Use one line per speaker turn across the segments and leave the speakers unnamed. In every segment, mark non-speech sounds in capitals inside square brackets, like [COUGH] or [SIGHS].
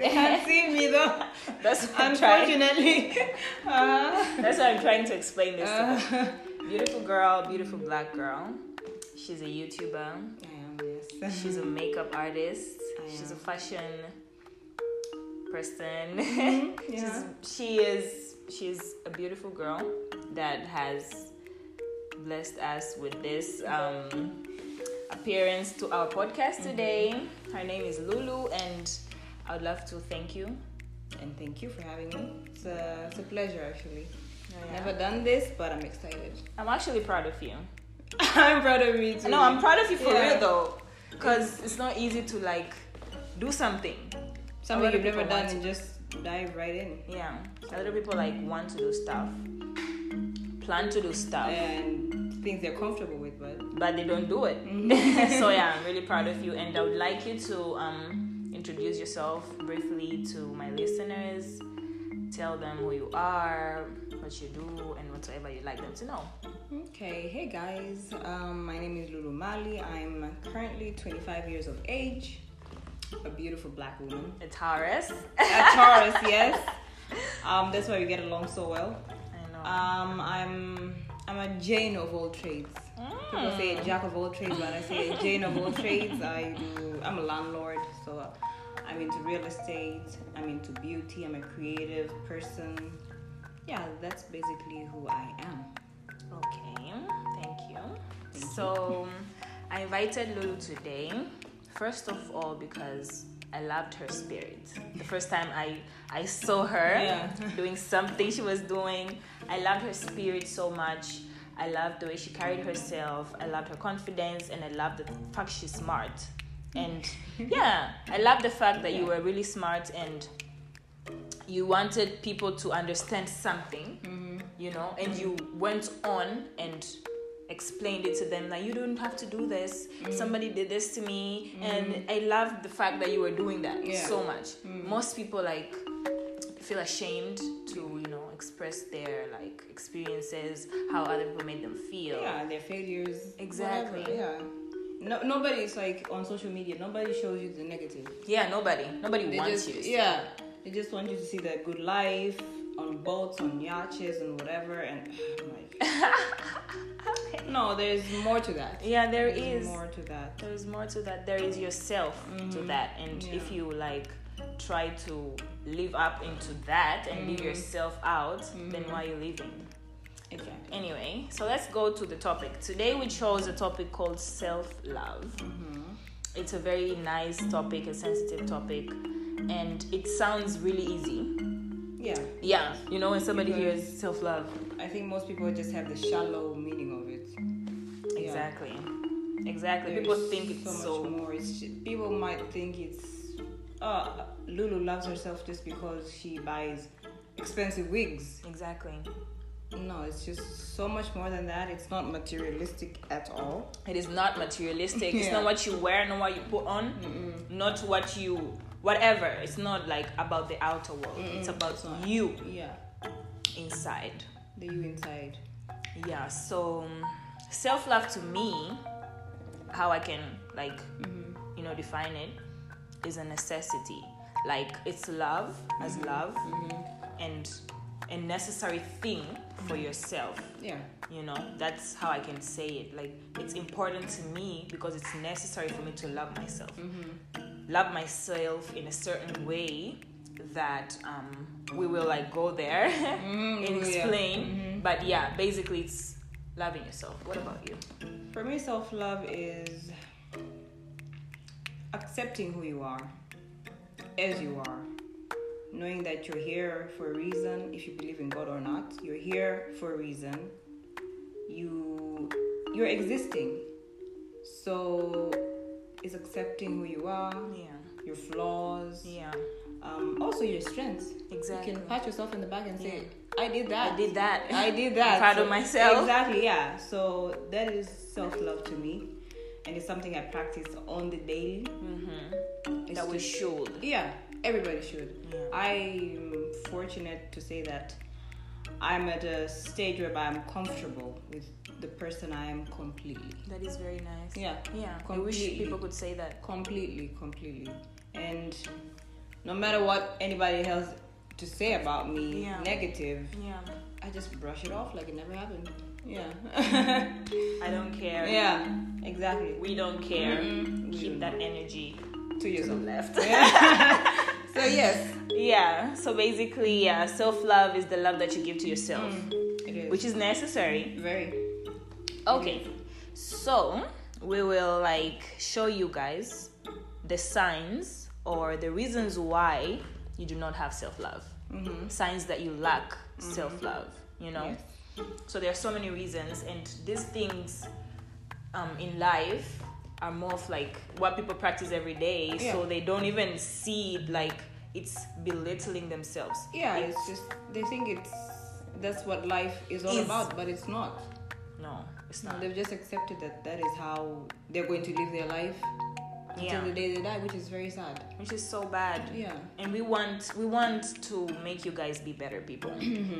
can't see me though.
That's what I'm trying.
Unfortunately. Uh,
[LAUGHS] That's what I'm trying to explain this to her.
uh,
Beautiful girl, beautiful black girl. She's a YouTuber.
I am, yes.
She's
[LAUGHS]
a makeup artist.
I
She's a
am.
fashion person.
yeah.
[LAUGHS] She's, she is she's a beautiful girl that has blessed us with this um, appearance to our podcast
Mm-hmm.
today. Her name is Lulu, and I would love to thank you.
Oh, And thank you for having me. It's a, it's a pleasure actually. Never done this, but I'm excited.
I'm actually proud of you.
[LAUGHS] I'm proud of me too.
No, I'm proud of you for
Yeah.
real though, because it's not easy to like do something.
something
A lot
you've
of
never
people
done
want
and just dive right in.
Yeah, a lot of people like want to do stuff, plan to do stuff,
And things they're comfortable with, but
but they don't do it. [LAUGHS] so yeah, I'm really proud of you, and I would like you to um, introduce yourself briefly to my listeners. Tell them who you are, what you do, and whatsoever you'd like them to know.
Okay, hey guys, um, my name is Lulu Mali. I'm currently 25 years of age, a beautiful black woman,
It's Taurus.
a Taurus, [LAUGHS] yes. Um, that's why we get along so well.
I know.
Um, I'm I'm a Jane of all trades. People say a jack of all trades, but I say a Jane of all trades. I do. I'm a landlord, so I'm into real estate. I'm into beauty. I'm a creative person. Yeah, that's basically who I am.
Okay, thank you. so I invited Lulu today, first of all because I loved her spirit. The first time I I saw her
Yeah.
doing something she was doing, I loved her spirit so much. I loved the way she carried herself. I loved her confidence, and I loved the fact she's smart.
[LAUGHS]
And yeah, I love the fact that you were really smart and you wanted people to understand something,
Mm-hmm.
you know, and you went on and explained it to them that you don't have to do this.
Mm.
Somebody did this to me, and I love the fact that you were doing that
Yeah. Mm.
so much. Most people like feel ashamed to you know express their like experiences, how other people made them feel.
yeah their failures
Exactly.
whatever, yeah no, nobody's like on social media nobody shows you the negative
Yeah, nobody, nobody
they just
wants you.
yeah they just want you to see their good life on boats on yachts and whatever and [SIGHS] I'm like [LAUGHS] no there's more to that
Yeah, there
there's
is.
more to that
There is more to that. There is yourself to that, and
Yeah.
if you like try to live up into that and
Mm-hmm.
leave yourself out, then why are you living?
exactly
Anyway, so let's go to the topic. Today we chose a topic called self love.
Mm-hmm.
It's a very nice topic, a sensitive topic, and it sounds really easy.
yeah
Yeah, you know, when somebody
Because-
hears self love,
i think most people just have the shallow meaning of it Yeah.
exactly, exactly.
There's
People think it's
much
so
more. It's ju- people might think it's uh, Lulu loves herself just because she buys expensive wigs.
exactly.
No, it's just so much more than that. It's not materialistic at all.
It is not materialistic. It's
Yeah.
not what you wear, not what you put on, not what you whatever. It's not like about the outer world. It's about
It's not.
you
Yeah,
inside.
the you inside.
Yeah. So self love to me, how I can like
Mm-hmm.
you know define it, is a necessity. Like it's love as
Mm-hmm.
love, and a necessary thing for yourself
Yeah,
you know that's how i can say it like it's important to me because it's necessary for me to love myself
Mm-hmm.
love myself in a certain way that um, we will like go there [LAUGHS] and
Mm-hmm. yeah. Mm-hmm.
explain but yeah basically it's loving yourself what about you
for me, self love is accepting who you are as you are. Knowing that you're here for a reason, if you believe in God or not, you're here for a reason. You you're existing. So it's accepting who you are,
yeah
your flaws,
yeah
um, also your strengths.
exactly
You can pat yourself in the back and say, I did that.
i did that
I did that.
[LAUGHS] I'm proud
So-
of myself
Exactly, yeah. So that is self love to me. And it's something I practice on the daily. Mm-hmm.
that we should
Yeah, everybody should.
Yeah.
I'm fortunate to say that I'm at a stage where I'm comfortable with the person I am completely.
that is very nice
Yeah,
yeah i wish
Completely.
people could say that
completely, completely. And no matter what anybody else to say about me,
Yeah.
negative,
Yeah.
I just brush it off like it never happened. Yeah. [LAUGHS]
I don't care.
yeah. Exactly. Mm-hmm.
We don't care.
Mm-mm. Mm-hmm. We
Keep
don't.
that energy
Two years
to the
old.
left.
Yeah. [LAUGHS] so yes,
yeah. So basically, yeah, self love is the love that you give to yourself,
it is.
which is necessary.
very.
Okay. So we will like show you guys the signs or the reasons why you do not have self love.
Mm-hmm.
Signs that you lack self love, you know?
Yes.
So there are so many reasons, and these things um, in life are more of like what people practice every day,
Yeah.
so they don't even see it like it's belittling themselves.
Yeah,
It-
it's just they think it's that's what life is all
Is.
about, but it's not.
no, it's not.
They've just accepted that that is how they're going to live their life
Yeah.
until the day they die, which is very sad.
Which is so bad.
Yeah.
and we want we want to make you guys be better people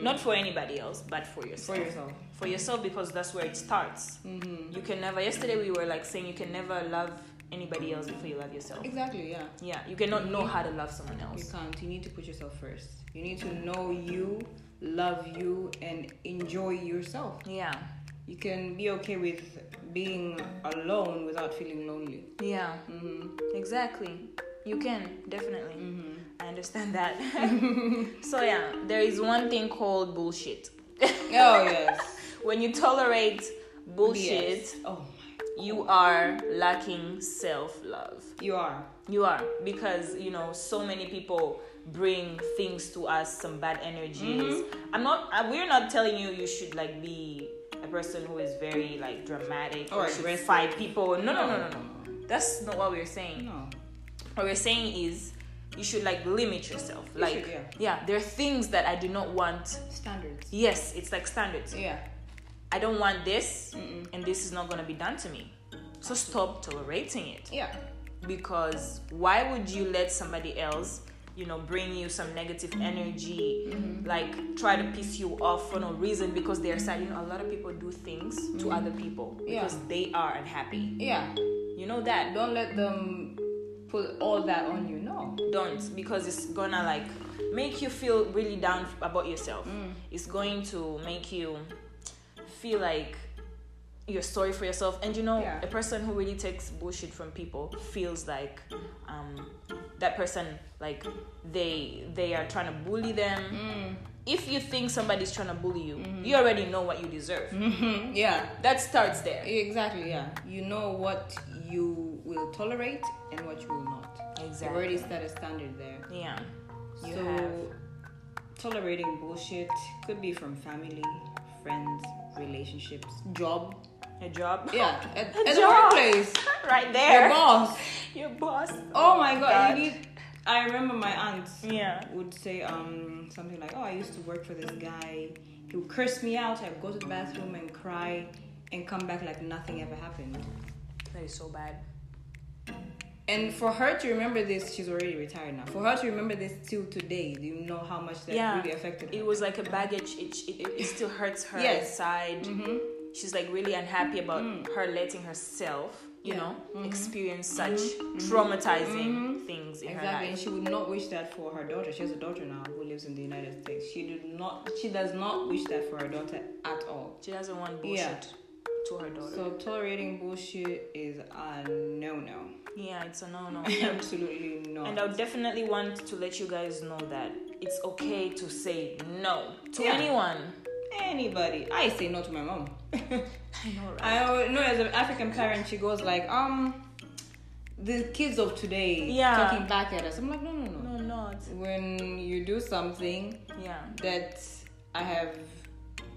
not for anybody else but for yourself
Mm. Mm-hmm. For yourself.
For yourself, because that's where it starts
hmm
you can never yesterday we were like saying you can never love anybody else before you love yourself
Exactly. Yeah.
yeah you cannot know how to love someone
You
else
can't. You need to put yourself first. You need to know you, love you, and enjoy yourself.
yeah
You can be okay with being alone without feeling lonely.
yeah
hmm
exactly you can definitely
hmm
i understand
[LAUGHS]
that [LAUGHS] so yeah there is one thing called bullshit
Oh yes.
when you tolerate bullshit
Yes. Oh my.
you are lacking self-love
You are.
You are because you know so many people bring things to us, some bad energies.
Mm-hmm.
I'm not. I, we're not telling you you should like be a person who is very like dramatic
Or
you should
aggressive.
fight people. No, no, no, no, no. That's not what we're saying.
No.
What we're saying is you should like limit yourself. Like
should, yeah.
there are things that I do not want.
Standards.
Yes, it's like standards.
Yeah.
I don't want this, and this is not gonna be done to me. So stop tolerating it
Yeah.
because why would you let somebody else you know bring you some negative energy like try to piss you off for no reason because they're sad you know a lot of people do things to other people
Yeah.
because they are unhappy
Yeah.
you know that
Don't let them put all that on you. No.
don't because it's gonna like make you feel really down about yourself
Mm.
it's going to make you feel like you're sorry for yourself and you know
Yeah.
a person who really takes bullshit from people feels like um, that person like they they are trying to bully them
Mm.
if you think somebody's trying to bully you you already know what you deserve
Mm-hmm. Yeah.
that starts there
Exactly. Yeah. You know what you will tolerate and what you will not. You've already set a standard there.
yeah you
so
have
tolerating bullshit could be from family, friends, relationships, job.
a job [LAUGHS]
Yeah, at, at the
job.
workplace,
right
your
there
boss.
your boss
Oh my god,
God.
you need. I remember my aunt
yeah
would say um something like, "Oh, I used to work for this guy. He would curse me out. I'd go to the bathroom and cry, and come back like nothing ever happened."
that is so bad
And for her to remember this, she's already retired now. For her to remember this till today, do you know how much that
Yeah.
really affected her?
it was like a baggage it, it, it- it still hurts her
Yes.
inside
Mhm.
she's like really unhappy about her letting herself you
Yeah. Mm-hmm.
know experience such traumatizing things in
Exactly,
her
and
life
she would not wish that for her daughter. She has a daughter now who lives in the United States. She did not. She does not wish that for her daughter at all.
she doesn't want bullshit
Yeah.
to her daughter
So tolerating bullshit is a no-no. [LAUGHS]
yeah it's a no no
Absolutely not.
and i would definitely want to let you guys know that it's okay to say no to
Yeah.
anyone
Anybody, I say no to my mom.
i know right
I al- know as an African parent, she goes like, um, the kids of today
Yeah.
talking back at us. I'm like, no, no, no.
no not
When you do something
yeah
that I have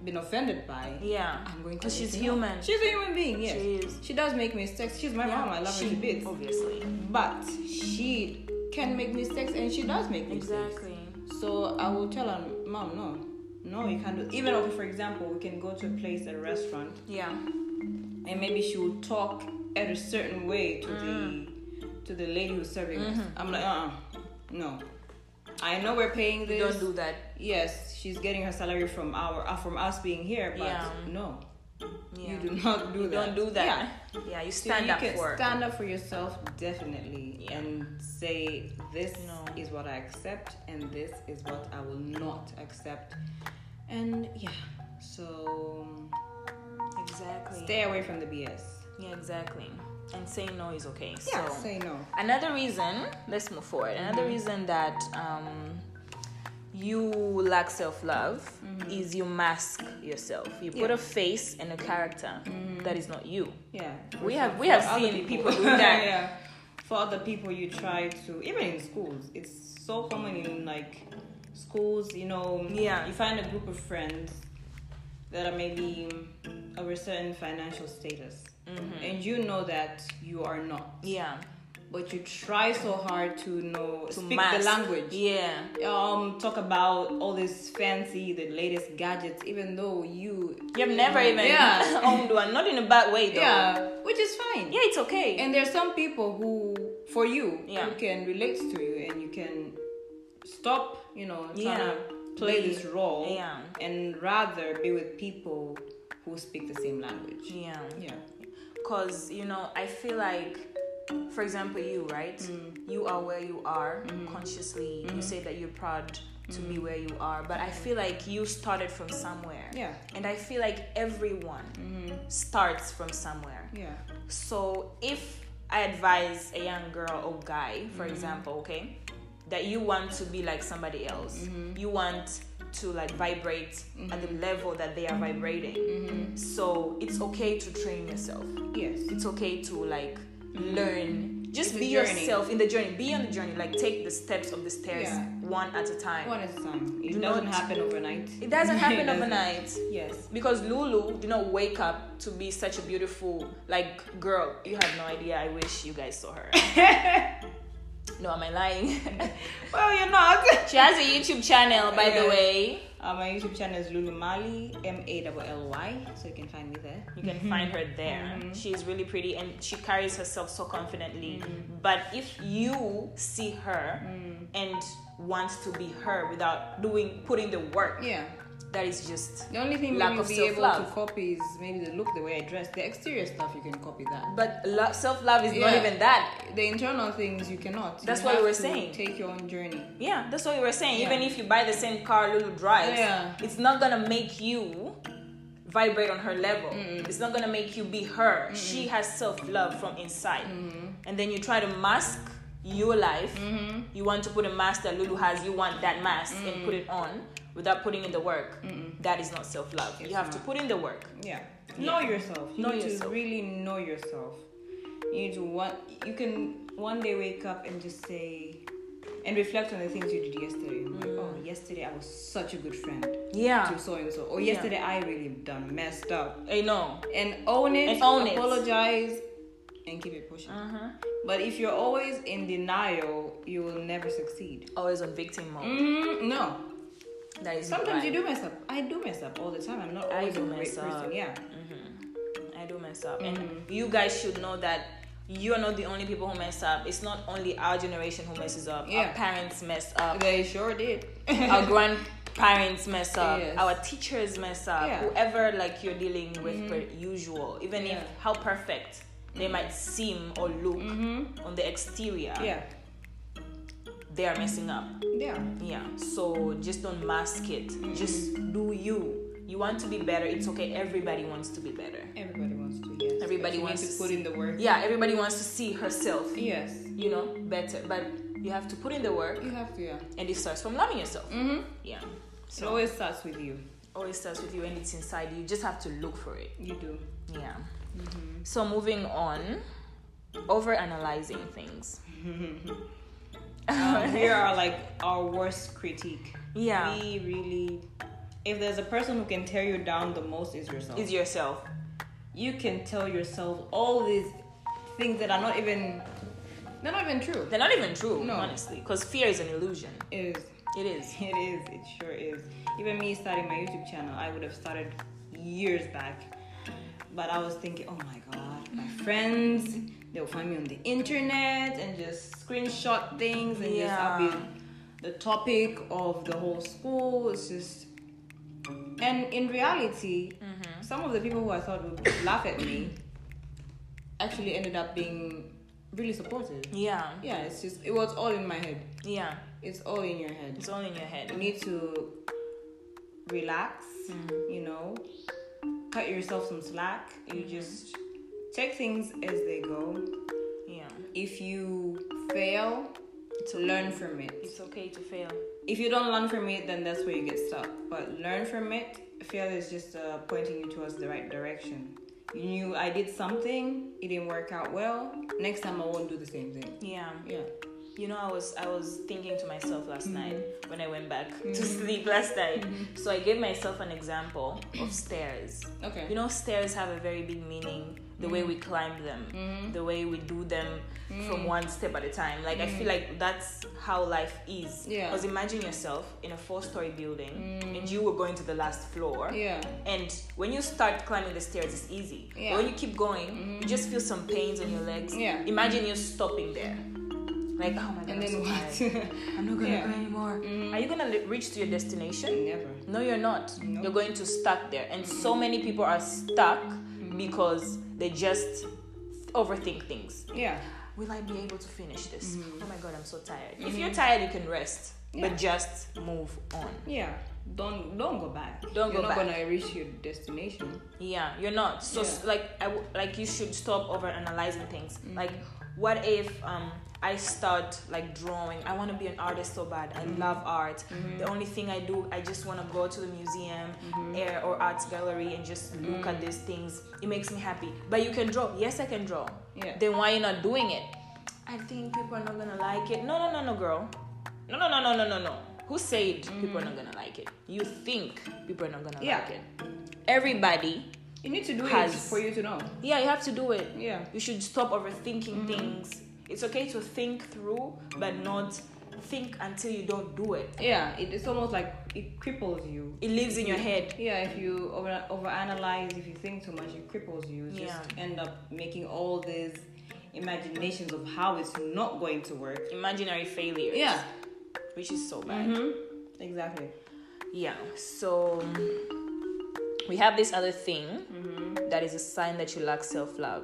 been offended by,
yeah
I'm going to.
because
let
she's
you know.
human
She's a human being, yes.
She is.
She does make mistakes. She's my mom. I love
she,
her to bits.
obviously
But she can make mistakes, and she does make mistakes.
exactly
So I will tell her, Mom, no, no, you can't do. Even okay, for example, we can go to a place at a restaurant,
yeah
and maybe she will talk at a certain way to
Mm.
the to the lady who's serving us.
Mm-hmm.
I'm like, uh, uh no. I know we're paying
you
this.
don't do that
yes, she's getting her salary from our uh, from us being here, but
Yeah.
no,
Yeah.
You do [LAUGHS] not do
You
that.
don't do that. Yeah, you
So
stand
you
up
can
for.
stand up for yourself definitely
Yeah.
and say this
No.
is what I accept and this is what I will not accept. And yeah, so
Exactly.
stay away from the BS.
Yeah, exactly. And saying no is okay.
Yeah,
So
say Mm-hmm. no.
another reason. Let's move forward. Another reason that um, you lack self love is you mask yourself. You put
Mm-hmm. Yeah. Mm-hmm.
a face and a character that is not you.
Yeah,
We have- we
for
have
other
seen people do that.
[LAUGHS] yeah, for other people, you try to even in schools. It's so common in like schools. You know,
Yeah.
you find a group of friends that are maybe of a certain financial status,
Mm-hmm.
and you know that you are not,
Yeah.
but you try so hard to know
To
speak
mask.
the language.
Yeah.
Um, talk about all this fancy, the latest gadgets, even though you
You have never even
Mm-hmm. Yeah.
[LAUGHS] owned one. Not in a bad way though.
yeah, which is fine.
Yeah, it's okay.
And there's some people who, for you,
Yeah.
who can relate to you and you can stop, you know, trying
Yeah.
to play
Be-
this role
yeah.
and rather be with people who speak the same language.
yeah.
Yeah.
because you know i feel like for example you right you are where you are consciously you say that you're proud to be where you are but i feel like you started from somewhere
Yeah.
and i feel like everyone starts from somewhere
Yeah.
so if i advise a young girl or guy for example okay that you want to be like somebody else you want to like vibrate at the level that they are vibrating so it's okay to train yourself
Yes.
it's okay to like learn just
It's a
be
journey.
yourself in the journey be on the journey like take the steps of the stairs
Yeah.
one at a time
One at a time. It
Do
doesn't
not-
happen overnight.
it doesn't happen [LAUGHS]
doesn't.
overnight
Yes.
because lulu did not wake up to be such a beautiful like girl you have no idea i wish you guys saw [LAUGHS] her no am i lying
Well, you're not.
[LAUGHS] she has a youtube channel by the
Yeah.
way
Uh, my YouTube channel is Lulu Mali, M A L L Y, so you can find me there.
you can find her there
Mm-hmm.
she's really pretty and she carries herself so confidently
Mm.
but if you see her and want to be her without doing putting the work
Yeah.
that is just
The only thing
Lack
maybe you'll
of
be able to
self-love.
copy is maybe the look, the way I dress, the exterior stuff. You can copy that.
but lo- self-love is not
Yeah.
even that
The internal things you cannot. You
That's what we
have
were
to
saying.
Take your own journey.
yeah that's what you were saying
Yeah.
even if you buy the same car lulu drives
Yeah.
it's not gonna make you vibrate on her level it's not gonna make you be her she has self-love from inside
Mm-hmm.
and then you try to mask your life you want to put a mask that lulu has you want that mask and put it on without putting in the work That is not self-love you
It's
have to
not.
put in the work
Yeah. Know yourself. You
Know
need
yourself.
to really know yourself. You need to one. You can one day wake up and just say, and reflect on the things you did yesterday. Like, oh, yesterday I was such a good friend
yeah
to so and so. Or
Ah. Yeah.
yesterday I really done messed up.
i know
And own it.
And own it. Uh-huh.
apologize, and keep it pushing. But if you're always in denial, you will never succeed.
always on victim mode
Mm, no.
that is
Sometimes you
right.
do mess up. I do mess up all the time. I'm not
I
always
do
a great
mess up.
person. Yeah.
I do mess up,
Mm-hmm.
and you guys should know that you are not the only people who mess up. It's not only our generation who messes up. Our
Yeah.
parents mess up.
They sure did.
our grandparents mess up.
Yes.
Our teachers mess up.
Yeah. Mm-hmm.
Whoever like you're dealing with per usual, even
Yeah. Mm-hmm.
if how perfect they might seem or look on the exterior,
[LAUGHS] yeah.
they are messing up.
Yeah.
Yeah. So just don't mask it.
Mm-hmm.
Just do you. You want to be better. It's okay. Everybody wants to be better.
Everybody wants to. Yes.
Everybody
But you
wants
need
to
to put in the work.
Yeah, everybody wants to see herself.
Yes.
you know, better. But you have to put in the work,
You have to. Yeah.
and it starts from loving yourself.
Mhm.
Yeah.
It
So it
always starts with you.
always starts with you, and it's inside you. You just have to look for it.
You do.
[LAUGHS] Yeah. So moving on, over analyzing things.
Um, we are like our worst critique.
Yeah.
We really. If there's a person who can tear you down the most, is yourself.
Is yourself.
you can tell yourself all these things that are not even. They're not even true.
They're not even true,
No.
honestly, because fear is an illusion.
It is.
It is.
It is. [LAUGHS] It sure is. Even me starting my YouTube channel, I would have started years back. But I was thinking, oh my god, my friends, they'll find me on the internet and just screenshot things and just I'll
Yeah.
be the topic of the whole school. It's just And in reality, some of the people who I thought would laugh at me actually ended up being really supportive.
Yeah.
Yeah, it's just it was all in my head.
Yeah.
It's all in your head.
It's all in your head.
You need to relax, you know, cut yourself some slack. You just take things as they go.
Yeah.
If you fail, to learn from it.
It's okay to fail.
If you don't learn from it, then that's where you get stuck. But learn from it. Fail is just uh, pointing you towards the right direction. You knew I did something, it didn't work out well. Next time I won't do the same thing.
Yeah.
Yeah.
You know, I was I was thinking to myself last night when I went back to sleep last night. So I gave myself an example of stairs.
Okay.
You know, stairs have a very big meaning. The way
Mm.
we climb them, the way we do them from
Mm.
one step at a time. Like I feel like that's how life is.
Yeah. Mm.
Because imagine yourself in a four-story building, and you were going to the last floor.
yeah.
And when you start climbing the stairs, it's easy.
Yeah. Mm.
But when you keep going, you just feel some pains on your legs.
Yeah.
Imagine you stopping there. Like, oh my god,
And
I'm
then
so tired.
what? [LAUGHS]
I'm not gonna
Yeah. Mm.
go anymore. Are you gonna li- reach to your destination?
Never.
No, you're not.
No. Mm-hmm.
You're going to stuck there. And so many people are stuck because they just overthink things.
Yeah.
Will I be able to finish this? Oh my god, I'm so tired. If you're tired, you can rest,
Mm-hmm. Yeah.
but just move on.
Yeah. Don't don't go back.
Don't
You're
go
not
back.
gonna reach your destination.
Yeah, you're not. So s
Yeah.
like I w- like you should stop over analyzing things. Like what if um I start like drawing. I want to be an artist so bad. I love art. The only thing I do, I just want to go to the museum eh, or arts gallery and just look at these things. It makes me happy. But you can draw. Yes, I can draw.
Yeah.
Then why you not doing it? I think people are not gonna like it. No, no, no, no, girl. No, no, no, no, no, no, no. Who said people are not gonna like it? You think people are not gonna
Yeah.
like it? Everybody
You need to do it
Has-
for you to know.
yeah, you have to do it.
Yeah.
You should stop overthinking things. It's okay to think through, but not think until you don't do it.
Yeah. It, it's almost like it cripples you.
It lives in your head.
Yeah, if you over overanalyze, if you think too much, it cripples you. You just end up making all these imaginations of how it's not going to work.
Imaginary failures.
Yeah.
Which is so bad.
Mm-hmm. Exactly.
Yeah. So we have this other thing
Mm-hmm.
that is a sign that you lack self love.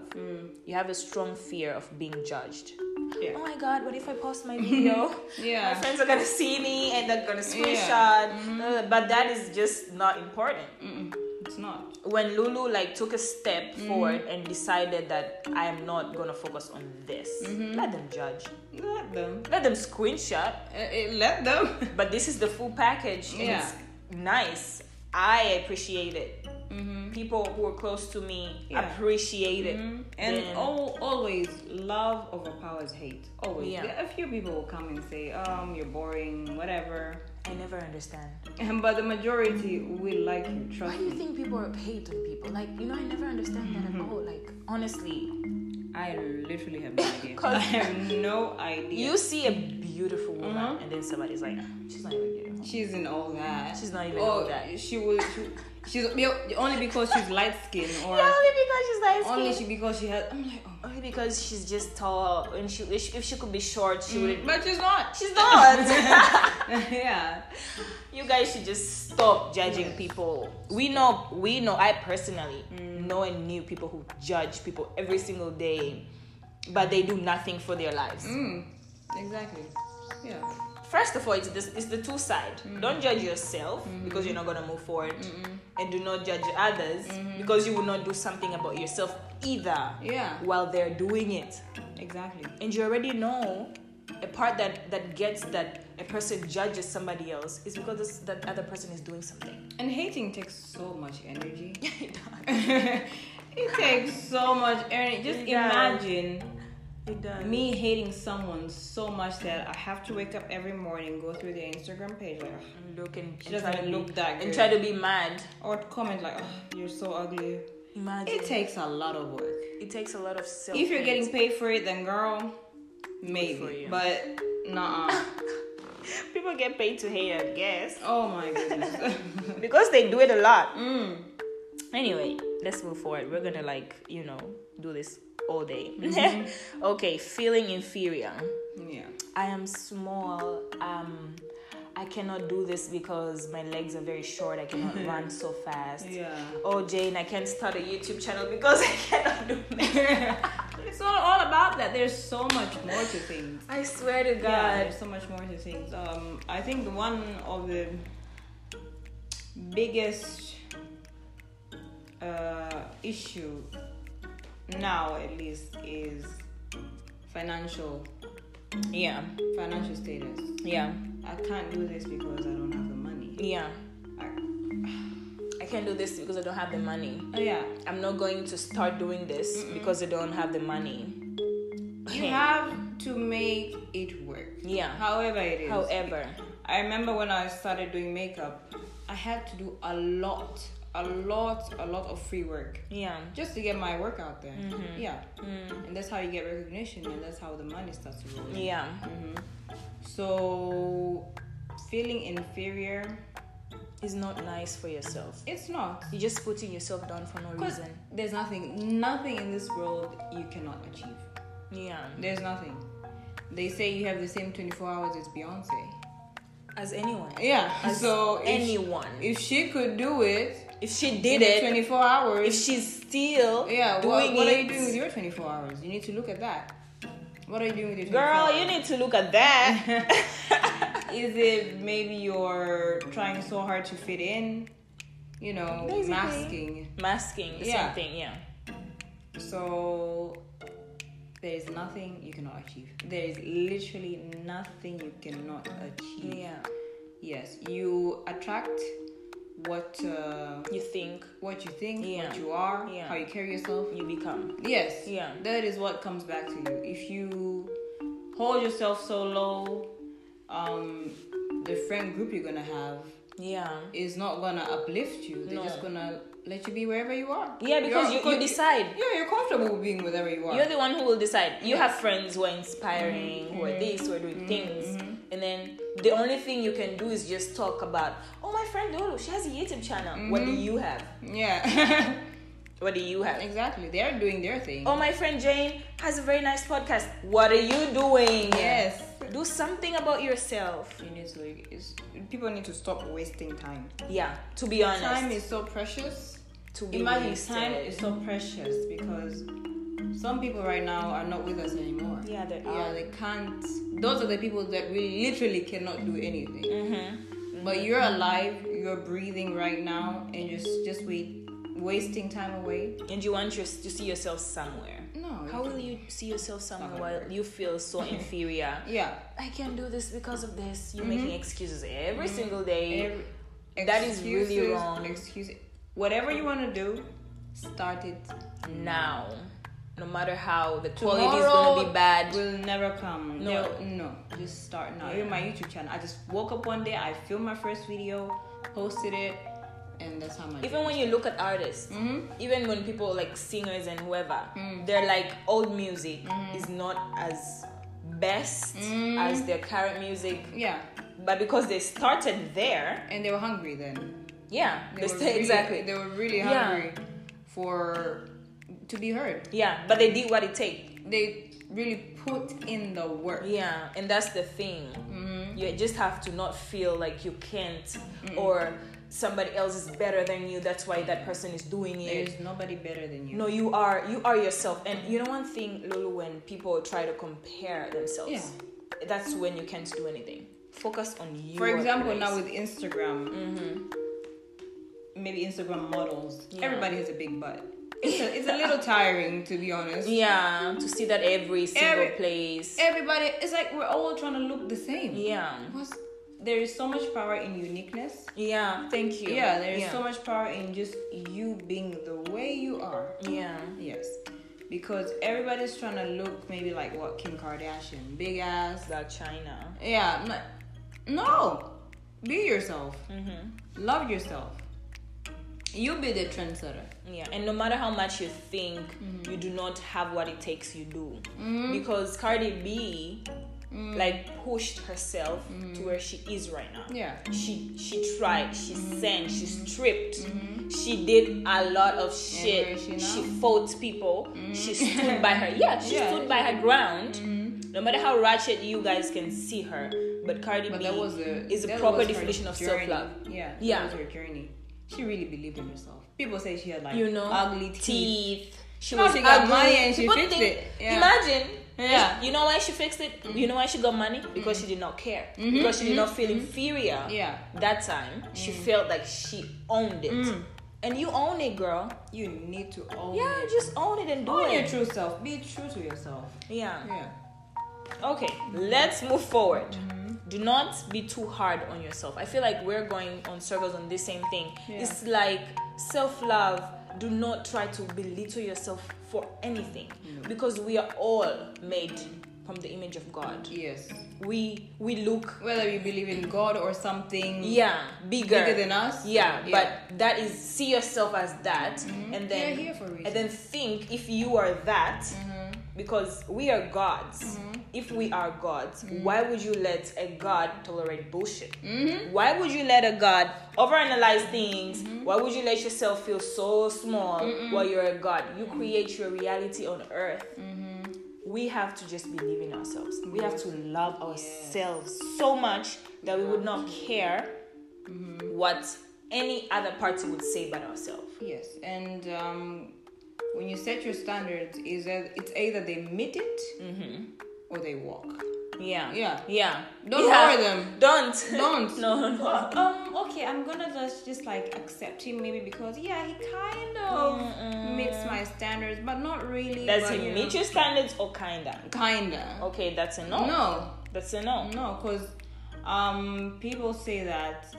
You have a strong fear of being judged.
Mm. Yeah.
Oh my god, what if I post
[LAUGHS]
my video?
Yeah. Mm-hmm.
My friends are gonna see me and they're gonna screenshot. uh, But that is just not important.
Mm-mm. It's not.
When Lulu like took a step
Mm-hmm.
forward and decided that I am not gonna focus on this,
Mm-hmm.
let them judge,
Let them.
let them screenshot.
Uh, uh, let them.
But this is the full package. and
Yeah.
it's nice. I appreciate it. People who are close to me
Yeah.
appreciate it.
And
Then-
al- always, love overpowers hate. Always.
Yeah.
There are A few people will come and say, um, you're boring, whatever. [LAUGHS]
I never understand.
But the majority will like you,
Why
trust
do you
me.
think people hate on people? Like, you know, I never understand that at all. Like, honestly,
I literally have no
[LAUGHS]
idea. [LAUGHS]
'Cause-
I have no idea.
You see a beautiful woman,
Uh-huh.
and then somebody's like, she's not even beautiful.
She's in all that.
She's not even
oh,
all that.
She will. She, she's yeah, only because she's light skinned or
[LAUGHS] Yeah, only because she's light skinned.
only
Only,
she because she has. I'm like, oh.
because she's just tall, and she if she- if she could be short, she wouldn't.
But she's not.
She's [LAUGHS] not.
[LAUGHS] yeah.
you guys should just stop judging people. We know, we know. I personally know and knew people who judge people every single day, but they do nothing for their lives.
Mm, exactly. Yeah.
First of all, it's, this, it's the two side. Don't judge yourself because you're not gonna move forward, and do not judge others because you will not do something about yourself either
Yeah.
while they're doing it.
Exactly.
And you already know a part that that gets that a person judges somebody else is because this, that other person is doing something. [LAUGHS]
And hating takes so much energy.
it does.
it takes so much energy. Just
It does.
imagine
It does.
me hating someone so much that I have to wake up every morning, go through their Instagram page, like, "Ugh,"
look and,
She
and
doesn't
try to
even
look
look that
and
good.
try to be mad.
or comment like, oh, "You're so ugly."
Imagine
It takes a lot of work.
It takes a lot of self.
If you're getting paid for it, then girl,
for
maybe.
you.
But nah.
people get paid to hate, I guess, [LAUGHS]
oh my goodness. [LAUGHS]
because they do it a lot.
mm.
anyway let's move forward we're gonna like you know do this all day Mm-hmm. [LAUGHS] okay feeling inferior
Yeah.
i am small um I cannot do this because my legs are very short. I cannot run so fast.
Yeah.
Oh, Jane, I can't start a YouTube channel because [LAUGHS] I cannot do that.
It's not all about that. There's so much more to things.
[LAUGHS] I swear to
Yeah,
God.
there's so much more to things. Um, I think the one of the biggest uh, issue now, at least, is financial
Yeah.
financial status.
Yeah.
I can't do this because I don't have the money.
Yeah.
I,
I can't do this because I don't have the money.
oh yeah,
I'm not going to start doing this because I don't have the money.
you have to make it work.
yeah.
However it is.
However,
I remember when I started doing makeup, I had to do a lot, a lot, a lot of free work
yeah.
just to get my work out there. Yeah.
Mm,
And that's how you get recognition and that's how the money starts to roll. in.
yeah.
So feeling inferior,
It's not nice for yourself.
it's not.
You're just putting yourself down for no
Because
reason.
there's nothing, nothing in this world you cannot achieve.
Yeah.
There's nothing. They say you have the same 24 hours as Beyonce.
As anyone.
Yeah.
As
so if,
anyone. If,
if she could do it
she
in
did it,
24 hours,
if she's still
Yeah, what,
doing
what
it.
are you doing with your 24 hours? You need to look at that. What are you doing with your 24
Girl,
hours?
you need to look
[LAUGHS]
at that.
Is it maybe you're trying so hard to fit in? You know,
Basically.
masking.
Masking, the
Yeah.
same thing, yeah.
So there is nothing you cannot achieve. There is literally nothing you cannot achieve.
Yeah.
Yes, you attract what uh,
You think,
what you think,
Yeah.
what you are,
Yeah.
how you carry yourself.
you become.
Yes.
Yeah.
That is what comes back to you. If you hold yourself so low, um, the friend group you're gonna have
Yeah.
is not gonna uplift you. They're
No.
just gonna let you be wherever you are.
Yeah, because you,
You're-
you decide.
Yeah, you're comfortable with being wherever you are.
You're the one who will decide. You
Yes. Mm-hmm.
have friends who are inspiring, who are this, who are doing things. And then the only thing you can do is just talk about, oh, my friend Lulu, she has a YouTube channel. What do
Mm-hmm.
you have?
yeah. [LAUGHS]
What do you have?
exactly. They're doing their thing.
Oh, my friend Jane has a very nice podcast. What are you doing?
Yes.
Do something about yourself.
You need to. It's, people need to stop wasting time.
Yeah, to be honest.
Time is so precious.
to be
Imagine
wasted.
time is so precious because some people right now are not with us anymore.
Yeah, they
Yeah,
are.
they can't. Those are the people that really literally cannot do anything.
Mm-hmm.
But you're alive, you're breathing right now, and just just wait, wasting time away.
and you want your, to see yourself somewhere.
No.
How will you see yourself somewhere while
Somewhere.
you feel
[LAUGHS]
so inferior?
Yeah.
I can't do this because of this. You're making excuses every single day.
Mm-hmm. Every,
That is really
excuses,
wrong.
Excuse Whatever you want to do, start it.
now, no matter how the
Tomorrow
quality is gonna be bad.
Will never come.
No.
No, no. Just start now.
Yeah.
Even my YouTube channel. I just woke up one day, I filmed my first video, posted it, and that's how much.
Even when you look at artists,
Mhm.
even when people like singers and whoever,
Mm.
they're like old music
Mm-hmm.
is not as best
Mm.
as their current music,
Yeah,
but because they started there,
and they were hungry then.
yeah,
They
they
were [LAUGHS]
sta-
really-
exactly,
They were really
Yeah.
hungry for to be heard.
yeah, but they did what it takes.
They really put in the work.
Yeah, and that's the thing.
Mm-hmm.
You just have to not feel like you can't or somebody else is better than you. That's why that person is doing it.
There's nobody better than you.
No, you are you are yourself. And you know one thing, Lulu, when people try to compare themselves, that's when you can't do anything. Focus on you.
for example, now with Instagram, Mm-hmm. maybe Instagram models.
Yeah.
Everybody has a big butt. It's a, it's a little tiring to be honest.
yeah, to see that every single
Every-
place.
Everybody, it's like we're all trying to look the same.
yeah,
What's- there is so much power in uniqueness.
yeah. Thank you.
Yeah, there is so much power in just you being the way you are.
Yeah,
Yes. Because everybody's trying to look maybe like what Kim Kardashian, big ass.
about China.
Yeah, I'm not- no. Be yourself.
Mm-hmm.
Love yourself. You be the trendsetter.
Yeah, and no matter how much you think
Mm-hmm.
you do not have what it takes, you do. Because Cardi B
Mm-hmm.
like pushed herself to where she is right now.
Yeah. Mm-hmm.
She she tried, she sang, she stripped, she did a lot of
where
shit.
is she
She,
now? Mm-hmm.
fought people. She stood by her. Yeah, she
Yeah. Mm-hmm.
stood by her ground. No matter how ratchet you guys can see her, But Cardi
But
B
that was a
is a
that
proper
was her
definition of
journey.
self love.
Yeah, that
Yeah.
was her journey. She really believed in herself. People say she had like
You know,
ugly
[LAUGHS]
teeth.
She
Now
was
she got
ugly.
money and she
People
fixed
think-
it. Yeah. Mm-hmm.
Imagine.
Yeah.
You know why she fixed it? You know why she got money? Because
Mm-hmm.
she did not care. Because she did not feel inferior.
Yeah. Mm.
That time she felt like she owned it, and you own it, girl.
You need to own
Yeah,
it.
just own it and do
Oh own your
it.
true self. Be true to yourself.
Yeah.
Yeah.
Okay, let's move forward.
Mm-hmm.
Do not be too hard on yourself. I feel like we're going on circles on this same thing.
Yeah.
It's like self love. Do not try to belittle yourself for anything because we are all made from the image of God.
Yes.
We we look
Whether you believe in God or something.
yeah bigger,
Mm. Bigger than us? Yeah.
Yeah,
Mm-hmm.
but that is see yourself as that, and then
You're here for a reason. Mm-hmm.
and then think if you are that because we are gods. If we are gods,
Mm-hmm.
why would you let a god tolerate bullshit? Why would you let a god overanalyze things?
Mm-hmm.
Why would you let yourself feel so small while you're a god? You create your reality on earth.
Mm-hmm.
We have to just believe in ourselves. We have to love ourselves so much that we would not care
Mm-hmm.
what any other party would say about ourselves.
Yes, and um, when you set your standards, is that it's either they meet it or they walk.
Yeah.
Yeah.
Yeah.
Don't
Mm-hmm. Yeah.
worry them.
Don't.
[LAUGHS] Don't.
[LAUGHS] No, no, no.
Um. Okay, I'm gonna just just like accept him maybe because yeah, he kind of meets my standards, but not really.
Does
but,
he
you
meet
know,
your standards or kinda?
Kinda.
Okay, that's a no.
No, Mm.
That's a no.
no, because um, people say that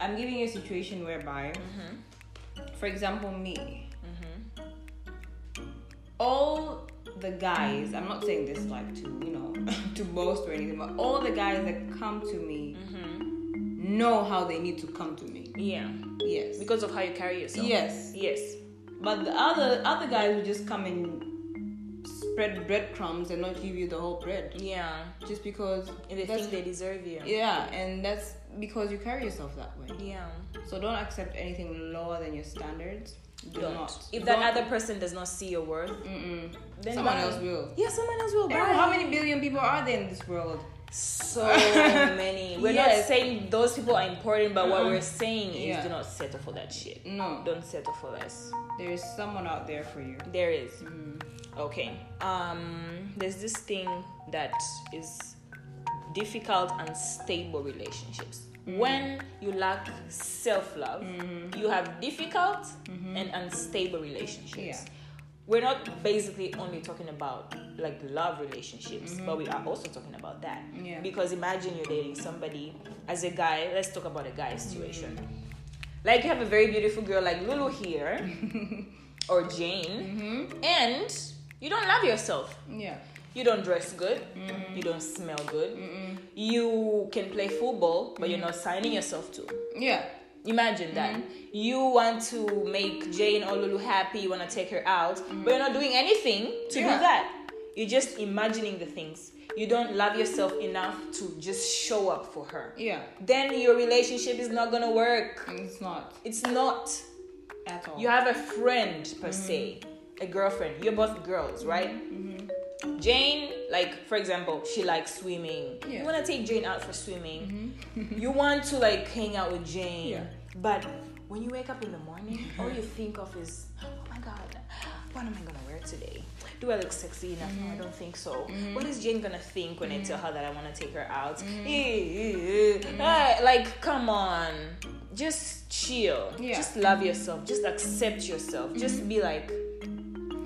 I'm giving you a situation whereby,
Mm-hmm.
for example, me. All the guys, I'm not saying this like to you know [LAUGHS] to boast or anything, but all the guys that come to me
Mm-hmm.
know how they need to come to me.
Yeah.
Yes,
Because of how you carry yourself.
yes.
Yes.
But the other other guys will just come and spread breadcrumbs and not give you the whole bread
Yeah.
just because
And they
that's
think they deserve you.
yeah, and that's because you carry yourself that way.
Yeah.
So don't accept anything lower than your standards. Do
Don't.
not.
If that
Don't-
other person does not see your worth,
Mm-mm.
then
someone
bye.
else will.
Yeah, someone else will. Bye.
Everyone, how many billion people are there in this world?
So many.
[LAUGHS]
We're not
Yes.
saying those people are important, but what
Mm-mm.
we're saying is
Yeah. Mm.
do not settle for that shit.
No,
Don't settle for less.
there is someone out there for you.
There is. Okay. Um, there's this thing that is difficult and stable relationships. When you lack self love, you have difficult and unstable relationships.
Yeah.
We're not basically only talking about like love relationships, but we are also talking about that.
Yeah.
Because imagine you're dating somebody as a guy, let's talk about a guy situation. Like you have a very beautiful girl like Lulu here or Jane, and you don't love yourself.
Yeah.
You don't dress good. You don't smell good. You can play football, but you're not signing yourself to.
Yeah.
Imagine that.
Mm-hmm.
You want to make Jane or Lulu happy, you want to take her out, but you're not doing anything
Mm-hmm.
to
Yeah.
do that. You're just imagining the things. You don't love yourself enough to just show up for her.
Yeah.
Then your relationship is not gonna work.
It's not
It's not.
at all.
You have a friend per se,
Mm-hmm.
a girlfriend. You're both girls, right?
Mm-hmm.
Jane, like for example, she likes swimming.
Yeah. Mm-hmm.
You want to take Jane out for swimming. you want to like hang out with Jane,
Yeah.
but when you wake up in the morning, all you think of is, oh my god, what am I gonna wear today? Do I look sexy enough? No, I
Mm-hmm.
don't think so. What is Jane gonna think when I tell her that I want to take her out?
Mm-hmm.
Eh, eh, eh. Ah, like, come on, just chill.
Yeah. Mm-hmm.
Just love yourself. Just accept yourself. Just be like,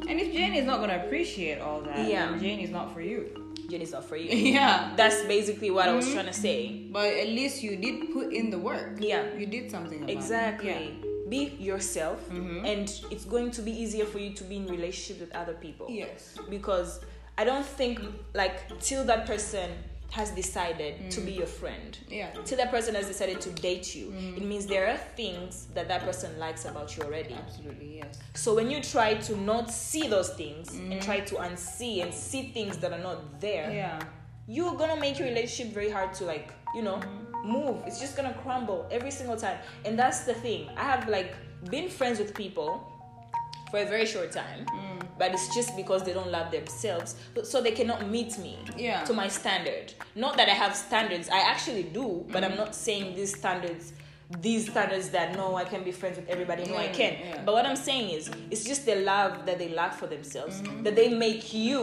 and if Jane is not gonna appreciate all that,
Yeah.
then Jane is not for
[LAUGHS]
you.
Jane is not for
[LAUGHS]
you.
yeah.
That's basically what I was
Mm-hmm.
trying to say.
But at least you did put in the work.
Yeah.
You did something about
Exactly.
it.
Be yourself,
Mm-hmm.
and it's going to be easier for you to be in relationship with other people.
Yeah. Yes.
Because I don't think like till that person has decided to
Mm.
be your friend.
Yeah.
Till that person has decided to date you,
Mm.
it means there are things that that person likes about you already.
Absolutely. Yes.
So when you try to not see those things and
Mm.
try to unsee and see things that are not there,
Yeah.
you're gonna make your relationship very hard to like you know move it's just gonna crumble every single time and that's the thing i have like been friends with people for a very short time but it's just because they don't love themselves, so they cannot meet me
Yeah.
to my standard. Not that I have standards, I actually do, but I'm not saying these standards. These standards that no, I can be friends with everybody, no, I
Yeah,
can.
yeah.
But what I'm saying is, it's just the love that they lack for themselves
Mm-hmm.
that they make you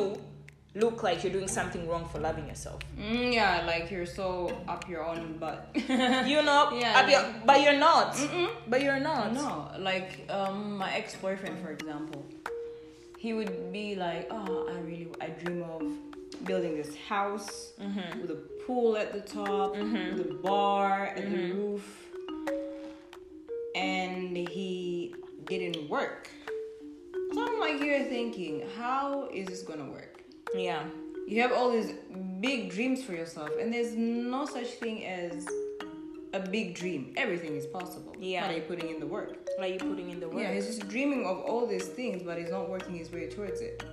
look like you're doing something wrong for
[LAUGHS]
loving yourself.
Mm, yeah, like you're so up your own butt. [LAUGHS]
You know,
Yeah,
Abby,
like-
but you're not. But you're not.
No, like um, my ex boyfriend, for example, he would be like, "Oh, I really, I dream of building this house with a pool at the top, with a bar and the roof," and he didn't work. So I'm like, you're thinking, how is this gonna work?
Yeah.
You have all these big dreams for yourself, and there's no such thing as a big dream. Everything is possible.
Yeah.
How are you putting in the work?
Are you putting in the work?
Yeah, he's just dreaming of all these things, but he's not working his way towards it.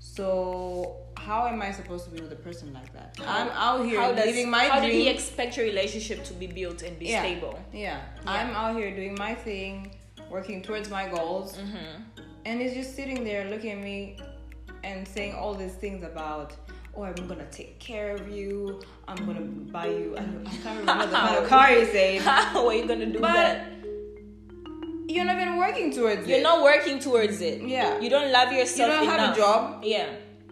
So how am I supposed to be with a person like that? I'm out here
Uh-huh. how does,
living my
how
dream.
did he expect your relationship to be built and be
yeah.
stable? [LAUGHS]
Yeah. I'm out here doing my thing, working towards my goals, and he's just sitting there looking at me and saying all these things about. Oh, I'm gonna take care of you. I'm gonna buy you. I, don't- I can't remember the kind of car he
[LAUGHS]
said.
How are you gonna do
But
that?
You're not even working towards
You're
it.
not working towards it.
Yeah.
You don't love
you
yourself.
don't have
enough.
a job.
Yeah.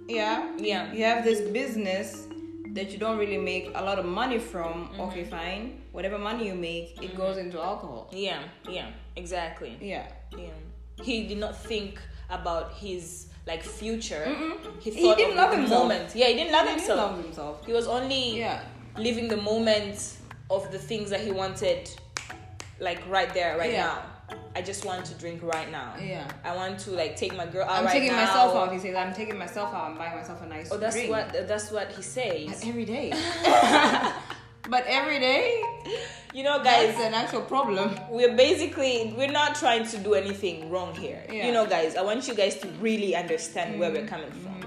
Yeah.
Yeah.
you have this business that you don't really make a lot of money from okay fine whatever money you make it goes into alcohol
Yeah. Yeah. Exactly.
yeah
Yeah. He did not think about his like future.
He
He thought
didn't
of
love
the
himself.
moment. Yeah, he didn't love
he
himself.
loves himself
He was only
yeah
living the moment of the things that he wanted, like right there, right
Yeah.
now. I just want to drink right now.
yeah
I want to like take my girl out
i'm
right
taking
now.
myself out he says i'm taking myself out i'm buying myself a nice
Oh, that's
drink.
what that's what he
But
says.
every day [LAUGHS] but every day
You know, guys,
that's an actual problem
we're basically we're not trying to do anything wrong here
Yeah. Mm.
you know guys i want you guys to really understand where we're coming from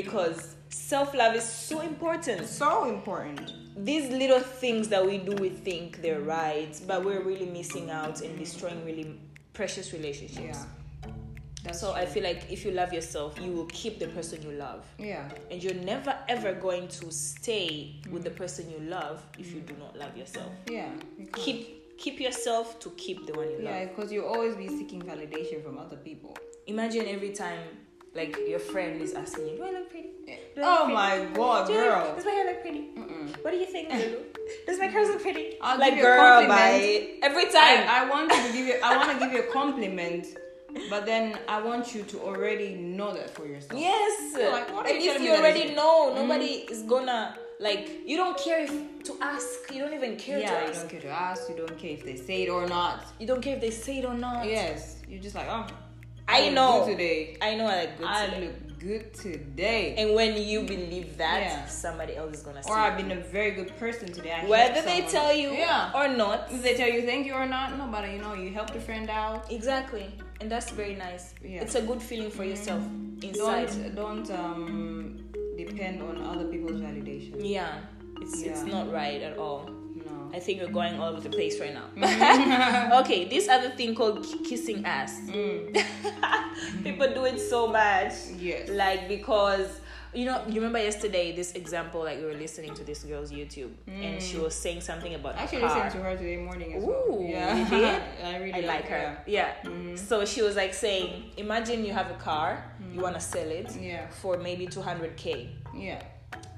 because self-love is so important
so important
these little things that we do we think they're right but we're really missing out and destroying really precious relationships
yeah that's
so
true.
i feel like if you love yourself you will keep the person you love
yeah
and you're never ever going to stay with
Mm.
the person you love if you do not love yourself
yeah you can't.
keep keep yourself to keep the one you love
yeah because you always be seeking validation from other people
Imagine every time, like your friend is asking you, "Do I look pretty? Do I
oh
look pretty?
my god
Do I look-
girl Eh.
Does my hair look pretty? What do you think, Lulu? Does my curls look pretty?"
I'll
like,
give you a
girl,
compliment.
bye. Every time.
I, I want to give you I want to give you a compliment, but then I want you to already know that for yourself.
yes.
You're like, what are
At
you Mm-hmm.
least
telling me
you
that
already
is-
know. Nobody is gonna like. You don't care if to ask. You don't even care to
Yeah, you
ask.
don't care to ask, you don't care if they say it or not.
You don't care if they say it or not.
Yes, you're just like, oh,
I
look
know.
good today.
I know I look good
I
today.
look good today.
And when you believe that,
Yeah.
somebody else is gonna
Or
say.
I've been a very good person today. I helped
Whether they
someone.
tell you
yeah, Mm-hmm.
or not,
if they tell you thank you or not, no, but you know, you helped a friend out.
Exactly, and that's very nice.
Yeah. Mm-hmm.
It's a good feeling for yourself inside.
Don't don't um depend on other people's validation.
Yeah, it's it's
Yeah.
not right at all.
No.
I think we're going all over the place right now.
Mm-hmm.
[LAUGHS] okay, this other thing called k- kissing ass.
Mm.
[LAUGHS] People do it so much.
Yes.
Like because you know, you remember yesterday this example like we were listening to this girl's YouTube and she was saying something about
Mm. I actually
her car.
listened to her today morning as well.
Ooh,
Yeah, [LAUGHS]
you did?
I really
I like her. Yeah.
Mm.
So she was like saying, imagine you have a car,
Mm.
you want to sell it
Yeah.
for maybe 200k.
Yeah,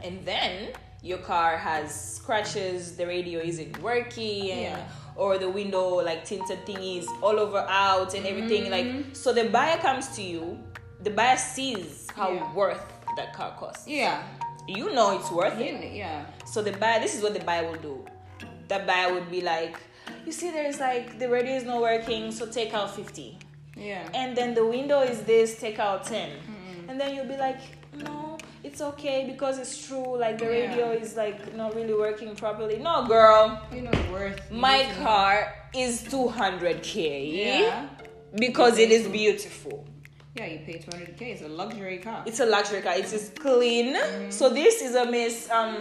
And then your car has scratches, the radio isn't working, and,
Yeah.
or the window like tinted thingies all over out and everything.
Mm-hmm.
Like so the buyer comes to you, the buyer sees how
Yeah.
worth that car costs.
yeah,
You know it's worth it.
yeah, yeah.
So the buyer, this is what the buyer will do. The buyer would be like, you see, there's like the radio is not working, so take out fifty,
yeah.
and then the window is this, take out 10
Mm-hmm.
and then you'll be like, no, it's okay because it's true. Like the
Yeah.
radio is like not really working properly. No, girl,
You're not worth
my
losing.
car is two hundred k
Mm-hmm. Yeah,
because it is beautiful.
yeah. You pay 200k. It's a luxury car.
It's a luxury car. It is clean.
Mm-hmm.
So this is a miss um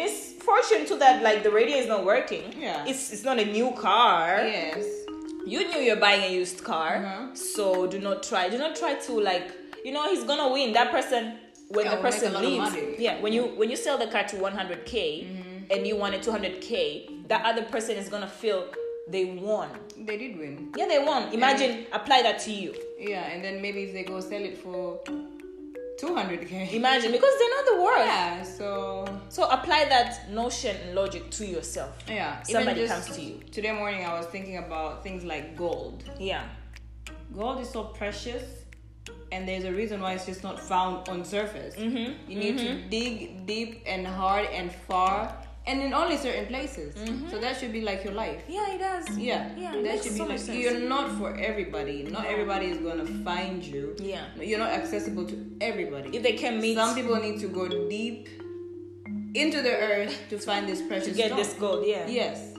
misfortune to that like the radio is not working.
Yeah.
It's it's not a new car.
yes.
You knew you're buying a used car.
Mhm.
So do not try do not try to like you know he's gonna win. That person when
Yeah,
the
will make a
person
lot of
leaves,
money. Mm-hmm.
yeah. When you when you sell the car to 100k and you wanted 200k, that other person is gonna feel they won.
They did win.
Yeah, they won. Imagine apply that to you.
Yeah, and then maybe if they go sell it for 200k.
Imagine because they know the worth.
Yeah, so
So apply that notion and logic to yourself.
yeah,
Somebody comes to you.
Today morning, I was thinking about things like gold.
Yeah.
Gold is so precious, and there's a reason why it's just not found on surface. Mm-hmm. You need to dig deep and hard and far, and in only certain places. So that should be like your life.
Yeah, it does.
Yeah,
Mm-hmm. Yeah,
that
it makes
should be
so much
like
sense.
you're not for everybody. Not everybody is gonna find you.
Yeah.
you're not accessible to everybody.
If they can meet
Some people need to go deep into the earth to find this precious
to get
stone.
this gold, yeah.
Yes,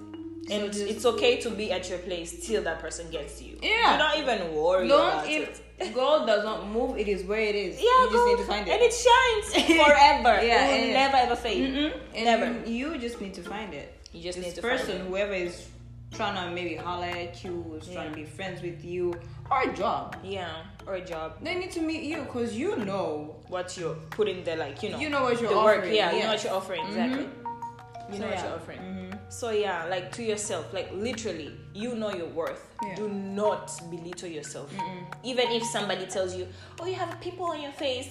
And
So just-
it's okay to be at your place till that person gets to you.
Yeah.
Do not even worry
Don't
about it.
if gold does not move, it is where it is.
Yeah,
you just
go-
need to find it.
And it [LAUGHS] shines forever.
Yeah,
It will
yeah.
never ever fade.
Mm-mm. And
Never.
You, you just need to find it.
You just
this
need to find
person, whoever is trying to maybe holler at you, who's trying to be
Yeah.
friends with you, or a job.
Yeah. Or a job.
They need to meet you because you know,
What you're putting there, like, you know.
you know what you're
the
offering. Mm-hmm.
work. Yeah, you
yeah.
know what you're offering. Exactly. You know
So,
what
yeah.
you're offering.
Mm-hmm.
So yeah, like to yourself, like literally, you know your worth.
Yeah.
Do not belittle yourself. Even if somebody tells you, "Oh, you have people on your face."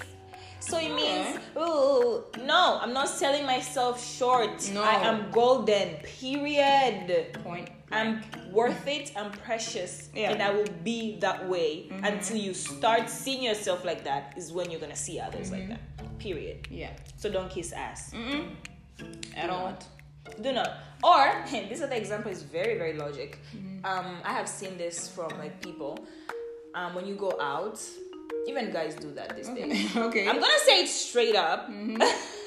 So it means, oh no, I'm not selling myself short.
No.
I am golden. Period.
Point.
I'm worth it. I'm precious,
Yeah.
and I will be that way until you start seeing yourself like that. Is when you're gonna see others like that. Period.
Yeah.
So don't kiss ass.
At
Mm-hmm. Do
all.
not. Do not. Or [LAUGHS] this other example is very very logic. Um, I have seen this from like people. Um, when you go out, even guys do that these days.
[LAUGHS] okay.
I'm gonna say it straight up. [LAUGHS]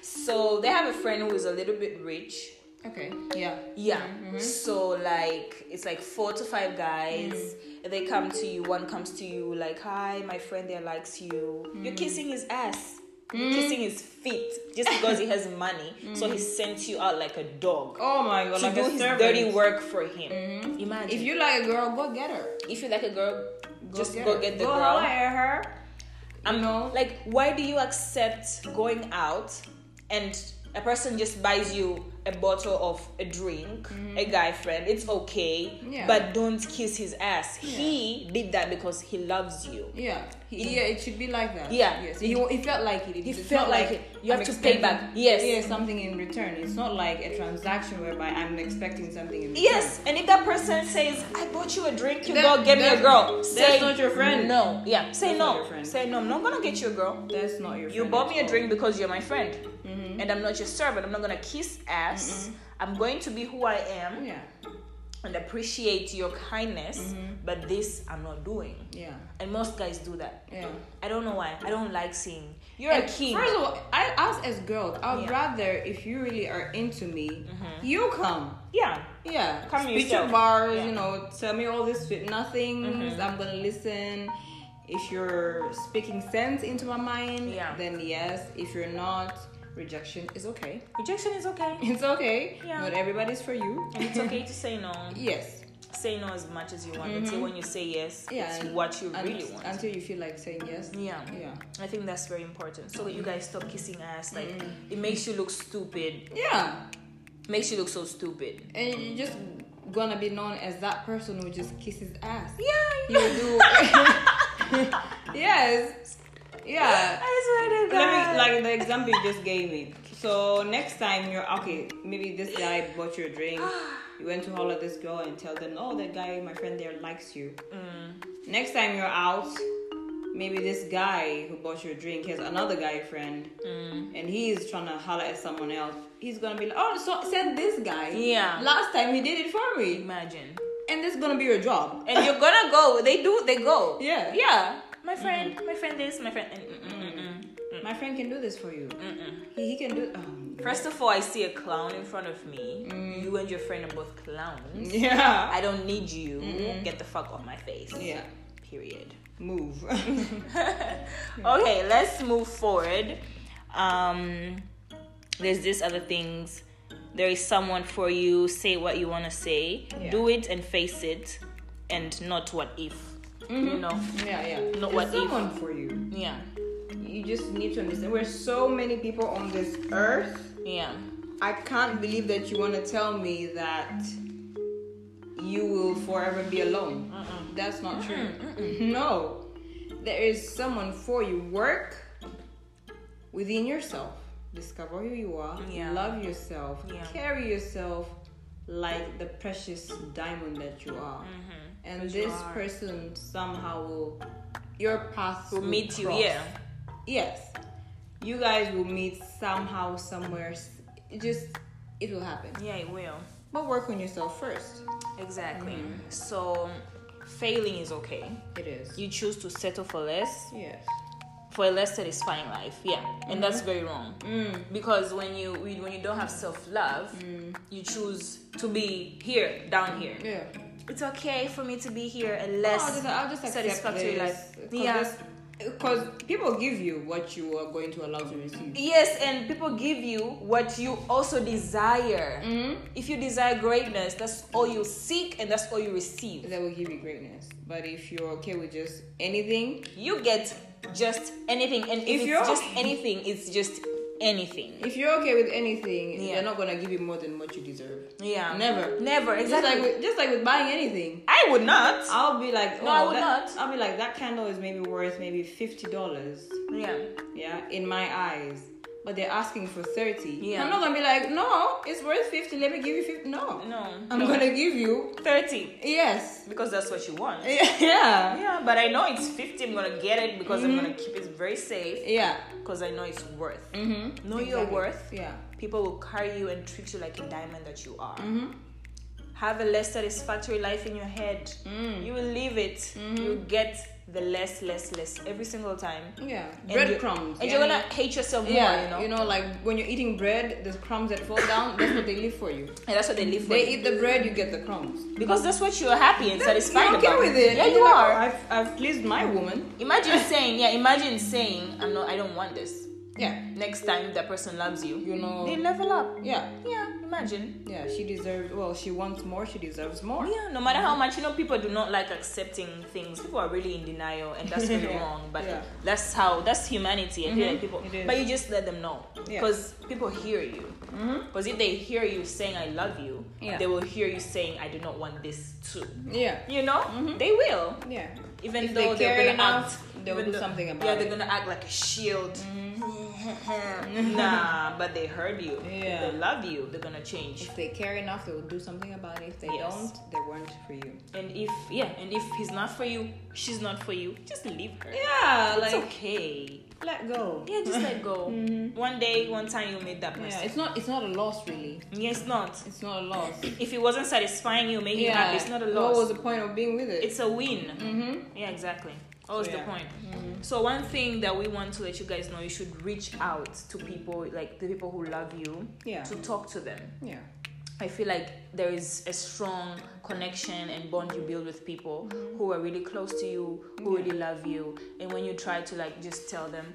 so they have a friend who is a little bit rich.
okay. Yeah.
Yeah.
Mm-hmm.
So like it's like four to five guys.
Mm-hmm.
They come to you. One comes to you like, "Hi, my friend there likes you."
Mm.
You're kissing his ass. You're kissing his feet just because he has money. So he sent you out like a dog
Mm. Oh my god.
to
like
do
a
his
servant. Mm-hmm.
dirty work for him. Imagine
If you like a girl, go get her.
if you like a girl,
Go
just
get
go
her.
get the
go
girl.
holler at her.
I'm
No.
like, why do you accept going out and a person just buys you a bottle of a drink, a guy friend? It's okay,
Mm-hmm. Yeah.
but don't kiss his ass. He did that because he loves you.
Yeah, he, yeah, it should be like that.
Yeah.
yes, he, he felt like it. it
He
it's
felt
not
like it. You have to pay back.
expecting-
Yes.
yeah, something in return. It's not like a transaction whereby I'm expecting something in return.
Yes, and if that person says, "I bought you a drink, you
That-
go get me a
that's-
girl,"
that's
say
not your friend.
No, yeah, say
That's not your
no,
friend.
say no. I'm not gonna get you a girl.
that's not your.
You
friend Mm-hmm.
bought
at
me a
all.
drink because you're my friend, and I'm not your servant. I'm not gonna kiss ass.
Mm-hmm.
I'm going to be who I am.
Yeah,
and appreciate your kindness,
Mm-hmm.
but this I'm not doing.
yeah,
And most guys do that.
yeah.
I don't know why. I don't like seeing. You're
And
a king.
First of all, I, us as girls, I'd
Yeah. Mm-hmm.
rather if you really are into me, you come.
yeah.
Yeah,
Come
speak
yourself.
your bars.
Yeah. Mm-hmm.
You know, tell me all this sweet nothings. I'm gonna listen. If you're speaking sense into my mind,
Yeah.
then yes. If you're not, rejection is okay. [LAUGHS]
Rejection is okay.
It's okay.
Yeah.
Not everybody's for you.
And it's okay to say no.
yes.
Say no as much as you want. Until when you say yes,
Mm-hmm. Yeah,
it's
and-
what you
Un-
really want.
Until you feel like saying yes.
yeah.
Yeah.
I think that's very important. So that you guys stop kissing ass. Like
Mm-hmm.
it makes you look stupid.
Yeah.
Makes you look so stupid.
And you're just gonna be known as that person who just kisses ass.
Yeah.
You do.
[LAUGHS]
[LAUGHS] yes. Yeah.
I swear
Let
to God.
me like the example you just gave me. So next time you're okay, maybe this guy bought you a drink. You went to holler at this girl and tell them, oh, that guy, my friend there, likes you.
Mm.
Next time you're out, maybe this guy who bought you a drink has another guy friend,
Mm.
and he's trying to holler at someone else. He's gonna be like, oh, so send this guy.
Yeah.
Last time he did it for me,
Imagine.
and this is gonna be your job.
and you're gonna go. They do. They go.
Yeah.
Yeah. My friend. My friend this. My friend. and- mm, mm, mm,
My friend can do this for you. He, he can do.
[LAUGHS]
Oh.
First of all, I see a clown in front of me.
Mm.
You and your friend are both clowns.
Yeah.
I don't need you. Get the fuck off my face.
Mm, Yeah. [LAUGHS]
Period. [LAUGHS]
Move. [LAUGHS]
okay, let's move forward. Um, there's this other things. There is someone for you. Say what you want to say.
Yeah.
Do it and face it, and not what if. You know.
Yeah, yeah.
Not
There's
what if.
someone for you.
Yeah.
You just need to understand. We're so many people on this earth.
Yeah.
I can't believe that you want to tell me that you will forever be alone. That's not true. [LAUGHS] No. There is someone for you. Work within yourself. Discover who you are.
Yeah.
Love yourself.
Yeah.
Carry yourself like the precious diamond that you are.
Mm-hmm.
And
Which you
this
are.
person somehow will your paths
Will meet you.
cross.
Yeah.
Yes. You guys will meet somehow, somewhere. s- It just, it will happen.
Yeah, it will.
But work on yourself first.
Exactly. So failing is okay.
It is.
You choose to settle for less,
Yes.
for a less satisfying life. Yeah. And that's very wrong.
Mm.
Because when you when you don't have self love, you choose to be here, down here.
Yeah.
It's okay for me to be here
I'll
unless
just, I'll just accept
satisfactory
this.
life. Yeah.
Because Because people give you what you are going to allow to receive.
Yes, and people give you what you also desire.
Mm.
If you desire greatness, that's all you seek and that's all you receive.
That will give you greatness. But if you're okay with just anything,
You get just anything, and if,
If
it's
you're-
just anything, it's just anything.
if you're okay with anything,
Yeah.
they're not gonna give you more than what you deserve.
Yeah.
Never.
Never.
Just
Exactly.
like with, just like with buying anything.
I would not.
I'll be like, oh,
No, I would
that-
not.
I'll be like, that candle is maybe worth maybe fifty dollars,
Yeah.
yeah, in my eyes. But they're asking for thirty.
Yeah.
I'm not gonna be like, no, it's worth fifty. Let me give you fifty. No,
No.
I'm gonna give you
[LAUGHS] thirty
yes, [LAUGHS]
because that's what you want.
yeah,
Yeah, but I know it's fifty. I'm gonna get it because I'm gonna keep it very safe
yeah.
because I know it's worth.
Mm-hmm.
Know your worth.
Yeah.
People will carry you and treat you like a diamond that you are.
Mm-hmm.
have a less satisfactory life in your head.
Mm.
You will leave it. You get the less, less, less every single time.
Yeah.
And you-
Breadcrumbs.
And
yeah.
you're gonna hate yourself more,
Yeah,
you know?
like when you're eating bread, the crumbs that fall down, that's what they leave for you.
And that's what they live for.
They eat the bread, you get the crumbs.
because that's what you're happy and satisfied
You're okay
about.
with it.
Yeah,
You're
you
like,
are.
"Oh, I've, I've pleased my woman.
Imagine saying, yeah, imagine saying, I'm not I don't want this.
Yeah.
Next time that person loves you.
You know.
They level up.
Yeah.
Yeah, imagine.
Yeah, she deserves. Well, she wants more. She deserves more.
Yeah, no matter how much you know, people do not like accepting things. People are really in denial, and that's really
[LAUGHS] Yeah.
wrong. But
Yeah. Mm-hmm.
that's how that's humanity. I feel like people,
It is.
but you just let them know
Yeah.
because people hear you.
Mhm.
Because if they hear you saying "I love you,"
Yeah.
they will hear you saying "I do not want this too."
Yeah.
You know, they will.
Yeah.
Even
Mm-hmm. If they
though
care
are gonna
enough,
act,
they'll
even
do something about
Yeah, they're
it.
gonna act like a shield.
[LAUGHS]
[LAUGHS] nah, but they heard you.
Mm-hmm. Yeah.
they love you. They're gonna change.
If they care enough, they will do something about it. If they
Yes.
don't, they weren't for you.
And if yeah, and if he's not for you, she's not for you. Just leave her.
Yeah,
It's okay.
let go. Mm-hmm.
Yeah, just let go.
[LAUGHS]
One day, one time you'll meet that
Yeah,
person.
it's not. It's not a loss, really.
Yeah, it's not.
It's not a loss.
If it wasn't satisfying you, making
yeah.
happy, it's not a
What was
loss.
the point of being with it?
It's a win.
mm-hmm.
Yeah, exactly. What was
So,
the
yeah.
point?
Mm-hmm.
So one thing that we want to let you guys know, you should reach out to people, like the people who love you,
Yeah.
to talk to them.
Yeah.
I feel like there is a strong connection and bond you build with people who are really close to you, who really love you. And when you try to like just tell them,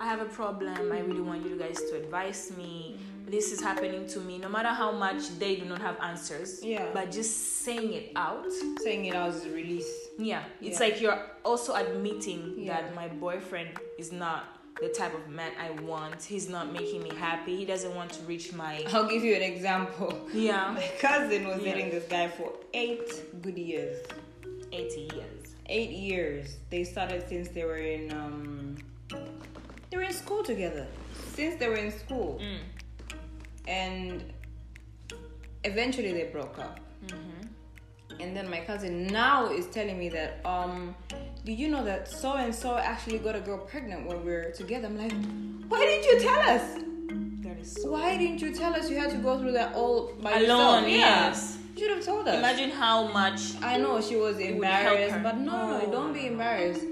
I have a problem, I really want you guys to advise me.
Mm-hmm.
This is happening to me. No matter how much they do not have answers,
Yeah.
but just saying it out,
Saying it out is a release.
yeah, it's
Yeah.
like you're also admitting
Yeah.
that my boyfriend is not the type of man I want. He's not making me happy. He doesn't want to reach my
[LAUGHS] I'll give you an example. [LAUGHS]
yeah,
My cousin was
Yeah.
dating this guy for eight good years.
80 years.
Eight years. They started since they were in um they were in school together. Since they were in school.
Mm.
And eventually they broke up.
Mm-hmm.
And then my cousin now is telling me that um do you know that so and so actually got a girl pregnant when we were together? I'm like, why didn't you tell us?
That is
Why didn't you tell us you had to go through that all by
Alone,
yourself?
yes.
You should have told us.
Imagine how much.
I know she was
would help
embarrassed,
her.
but no,
Oh.
don't be embarrassed.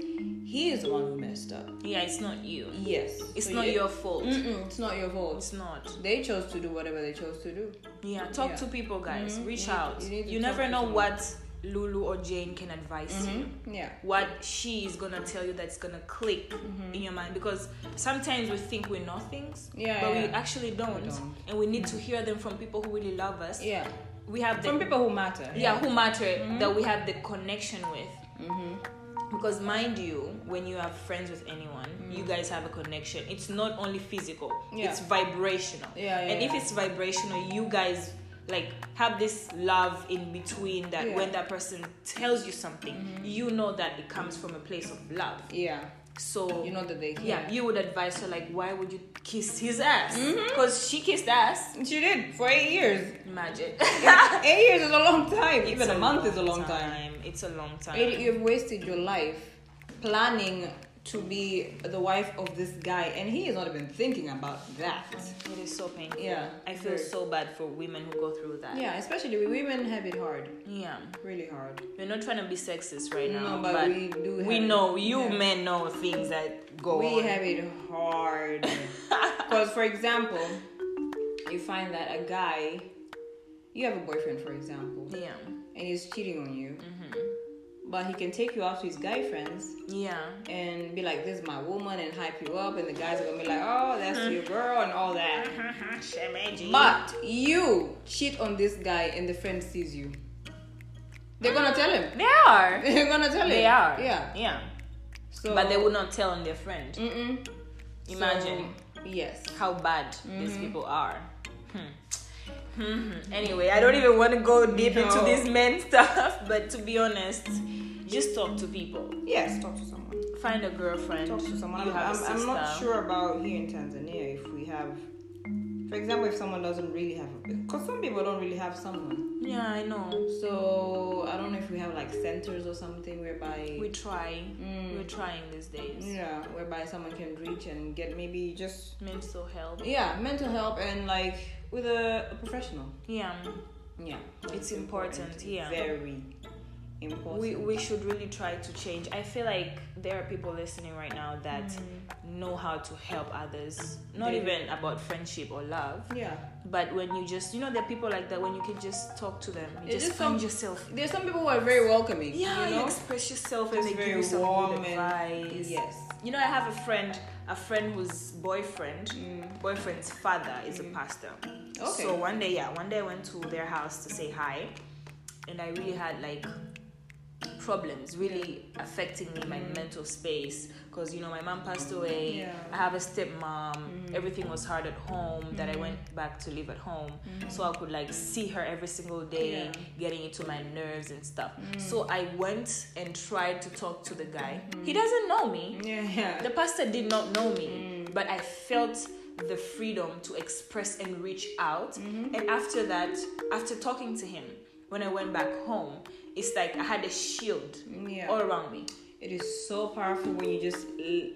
He is the one who messed up.
Yeah, it's not you.
Yes.
It's
So
not
you- Mm.
your fault.
Mm-mm, it's not your fault.
It's not.
They chose to do whatever they chose to do.
Yeah, talk
Yeah.
to people, guys.
Mhm.
Reach
You need-
out.
you
You,
need to talk
never
to
know
someone. Mm-hmm.
what Lulu or Jane can advise you.
Yeah.
What she is gonna tell you that's gonna click
Mm-hmm.
in your mind because sometimes we think we know things,
Yeah,
but we
yeah.
actually don't.
don't. Mm.
and we need to hear them from people who really love us.
Yeah.
We have the
From people who matter. Mm-hmm.
yeah who matter that we have the connection with. because mind you when you are friends with anyone you guys have a connection it's not only physical
Mm-hmm. Yeah.
it's vibrational
Yeah, yeah,
and if
yeah.
it's vibrational you guys like have this love in between
Yeah.
that
Mm-hmm.
when that person tells you something you know that it comes from a place of love
Yeah.
so
You know that they
yeah,
care.
you would advise her like why would you kiss his ass
Mm-hmm.
because she kissed ass
She did for eight years.
imagine
eight years is a long time.
It's
[LAUGHS] Even a, month is a
long
long time.
it's a long time
Eight, you've wasted your life planning to be the wife of this guy, and he is not even thinking about that.
it is so painful
Yeah,
i feel
very.
so bad for women who go through that
Yeah, especially we women have it hard,
yeah
really hard.
we're not trying to be sexist right
No,
now
but we do have
we
it.
know you
Yeah.
men know things that go
we
on
have it
[LAUGHS]
hard because for example you find that a guy you have a boyfriend for example
yeah
and he's cheating on you
Mm-hmm.
but he can take you out to his guy friends
yeah
and be like this is my woman and hype you up and the guys are gonna be like oh that's
Mm-hmm.
your girl and all that
Shemeji.
but you cheat on this guy and the friend sees you they're gonna tell him
they
[LAUGHS]
are
they're gonna tell him
they are
yeah
yeah
so
but they would not tell on their friend
mm-mm. So, Mm-hmm.
imagine
yes
how bad these people are. Hmm. Mhm. Anyway, I don't even want to go deep
No.
into this men [LAUGHS] stuff, but to be honest, just talk to people.
yes talk to someone
Find a girlfriend.
talk to someone.
You
I'm,
have
I'm,
a
I'm not
sister.
sure about here in Tanzania if we have, for example, if someone doesn't really have, because some people don't really have someone.
Yeah, I know.
So I don't know if we have like centers or something whereby,
We try.
Mm.
We're trying these days.
yeah, whereby someone can reach and get maybe just
Mental health.
yeah mental help and like with a, a professional.
Yeah,
Yeah,
it's important. Yeah.
very important.
we, we should really try to change. I feel like there are people listening right now that know how to help others, not
They-
even about friendship or love,
yeah,
But when you just, you know, there are people like that when you can just talk to them, you
It's
just
just
find
some-
yourself.
there's some people who are very welcoming.
Yeah,
you
you,
know,
express yourself
Just
and they give
very
you some
warm
good
and-
advice.
yes.
You know, I have a friend, a friend whose boyfriend,
Mm.
boyfriend's father is a pastor.
Mm-hmm. Okay.
So one day, yeah, one day I went to their house to say hi, and I really had like problems really affecting me my mental space because you know my mom passed away
Mm-hmm. Yeah. Mm-hmm.
i have a stepmom everything was hard at home that i went back to live at home so i could like see her every single day
Mm-hmm. Yeah. Mm-hmm.
getting into my nerves and stuff so i went and tried to talk to the guy
Mm-hmm.
he doesn't know me
Yeah, yeah.
the pastor did not know me
Mm.
but i felt the freedom to express and reach out
Mm-hmm.
and after that after talking to him when i went back home it's like i had a shield
yeah.
all around me
It is so powerful when you just l-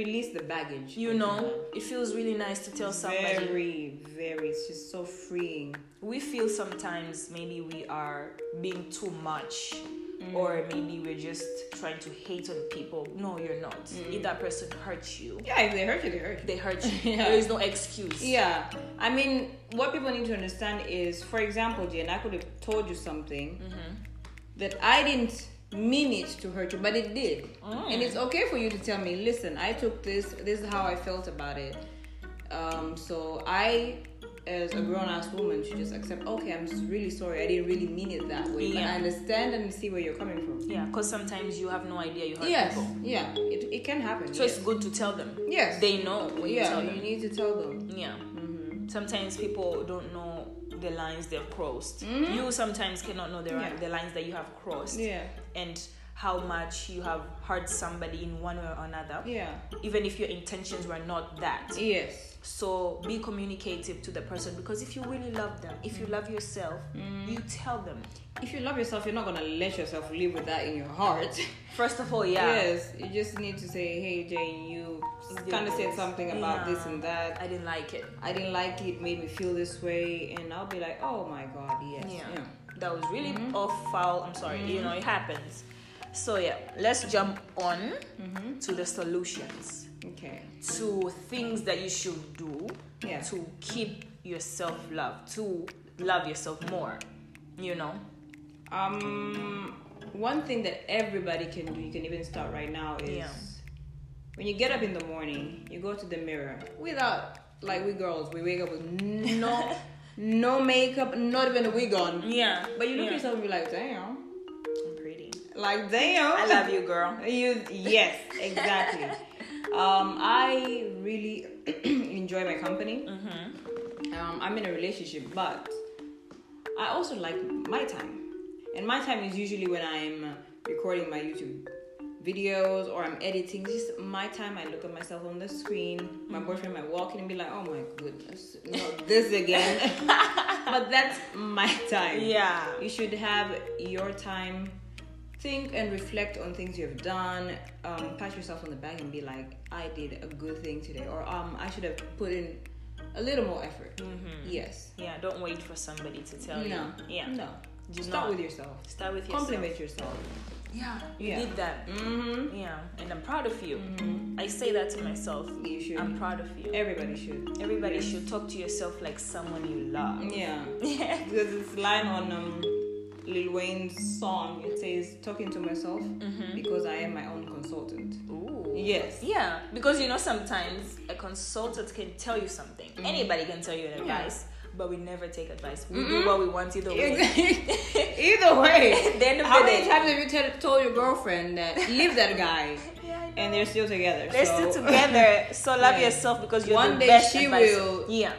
release the baggage.
you know it feels really nice to tell somebody
Very, very. It's just so freeing.
we feel sometimes maybe we are being too much
Mm.
or maybe we're just trying to hate on people no you're not
Mm.
if that person hurts you
Yeah, if they hurt you, they hurt
they hurt you
[LAUGHS] Yeah.
there is no excuse
Yeah. I mean, what people need to understand is, for example, Jane, I could have told you something
Mm-hmm.
that I didn't mean it to hurt you, but it did.
Mm.
And it's okay for you to tell me, listen, I took this, this is how I felt about it. Um, so I, as a grown ass woman, should just accept, okay, I'm just really sorry, I didn't really mean it that way. But
Yeah.
I understand and see where you're coming from.
yeah because sometimes you have no idea you hurt
Yes,
people
yeah, it, it can happen.
so
yes.
it's good to tell them
Yes.
they know when you
yeah, Mm-hmm.
tell
you,
them
need to tell them.
yeah sometimes people don't know the lines they've crossed you sometimes cannot know the, ri-
Mm-hmm. Yeah.
the lines that you have crossed
Yeah,
and how much you have hurt somebody in one way or another
yeah,
even if your intentions were not that.
yes,
So be communicative to the person because if you really love them, if
Mm.
you love yourself, you tell them.
if you love yourself, you're not gonna let yourself live with that in your heart.
First of all, [LAUGHS] yeah.
Yes, you just need to say, hey Jane, you
Yeah.
kind of said something about
Yeah.
this and that.
I didn't like it.
I didn't like it, made me feel this way, and I'll be like, oh my god, yes,
Yeah.
yeah.
That was really off foul. I'm sorry. You know, it happens. So yeah, let's jump on to the solutions
okay,
to things that you should do
Yeah.
to keep yourself love, to love yourself more. You know?
Um, one thing that everybody can do, you can even start right now, is
Yeah.
when you get up in the morning, you go to the mirror without, like we girls, we wake up with
[LAUGHS]
no, no makeup, not even a wig on.
Yeah.
But you look
Mm.
at
yeah.
yourself and be like, damn,
I'm pretty.
Like damn.
I love you, girl.
You yes, exactly. um, I really [CLEARS THROAT] enjoy my company.
Mm-hmm.
Um, I'm in a relationship, but I also like my time, and my time is usually when I'm recording my YouTube videos or I'm editing. Just my time. I look at myself on the screen. My
Mm-hmm.
boyfriend might walk in and be like, "Oh my goodness, not this again."
[LAUGHS]
but that's my time.
Yeah.
You should have your time. Think and reflect on things you've done. Um, pat yourself on the back and be like, I did a good thing today, or um, I should have put in a little more effort. Yes.
Mm-hmm. Yeah, don't wait for somebody to tell
No.
you. Yeah.
No. Just
Just
start
not.
with yourself.
Start with yourself.
Compliment yourself.
Yeah. You
Yeah.
did that.
Mm-hmm.
Yeah. And I'm proud of you. I say that to myself.
You should.
I'm proud of you.
Everybody should.
Everybody should talk to yourself like someone you love.
Yeah.
um, [LAUGHS] Yeah.
There's this line on um, Lil Wayne's song. It says, "Talking to myself
Mm-hmm.
because I am my own consultant."
Ooh.
Yes.
Yeah, because you know sometimes a consultant can tell you something.
Mm.
Anybody can tell you an advice, but we never take advice. We do what we want either way.
Either way.
[LAUGHS] At the end of
How
the
many
day,
times have you tell told your girlfriend that leave that guy
Yeah, I know.
and they're still together?
they're
so
still together. So
[LAUGHS]
love
Yeah.
yourself because you're
One
the
day
best
she
advisor.
will-
Yeah.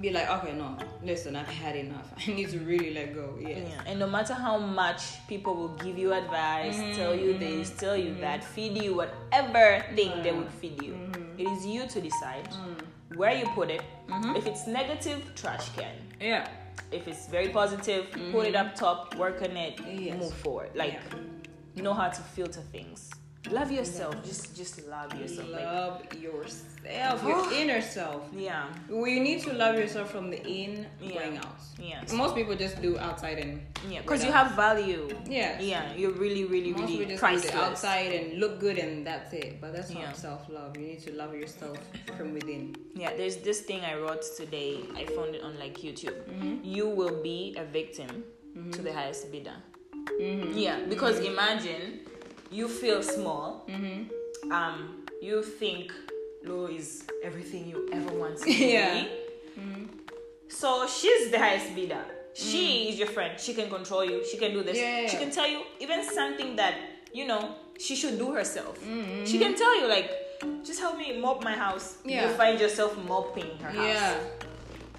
Be like, okay, no, listen, I've had enough. I need to really let go. Yes.
yeah. And no matter how much people will give you advice,
Mm-hmm.
tell you this, tell you that, feed you whatever thing
Mm-hmm.
they would feed you, it is you to decide
Mm.
where you put it.
Mm-hmm.
If it's negative, trash can.
Yeah.
if it's very positive, put it up top, work on it,
Mm-hmm. Yes.
move forward. Like know how to filter things. Love yourself. Just just love yourself. Like
Love yourself,
[SIGHS]
your inner self.
yeah.
We need to love yourself from the in
Yeah.
going out.
Yes.
Most people just do outside and
Yeah. Because you have value.
yeah.
Yeah. You're really, really,
Most
really
people just do
priceless.
the outside and look good and that's it. But that's not
Yeah.
self love. You need to love yourself from within.
Yeah, there's this thing I wrote today. I found it on like YouTube.
Mm-hmm.
You will be a victim to the highest bidder.
Mm-hmm.
Yeah, because imagine you feel small.
Mm-hmm.
Um, you think low is everything you ever want
[LAUGHS]
to be.
Yeah. Mm-hmm.
So she's the highest bidder. She is your friend. She can control you. She can do this.
Mm. Yeah.
She can tell you even something that you know she should do herself. She can tell you like, just help me mop my house.
Mm-hmm. Yeah.
You find yourself mopping her house.
Yeah.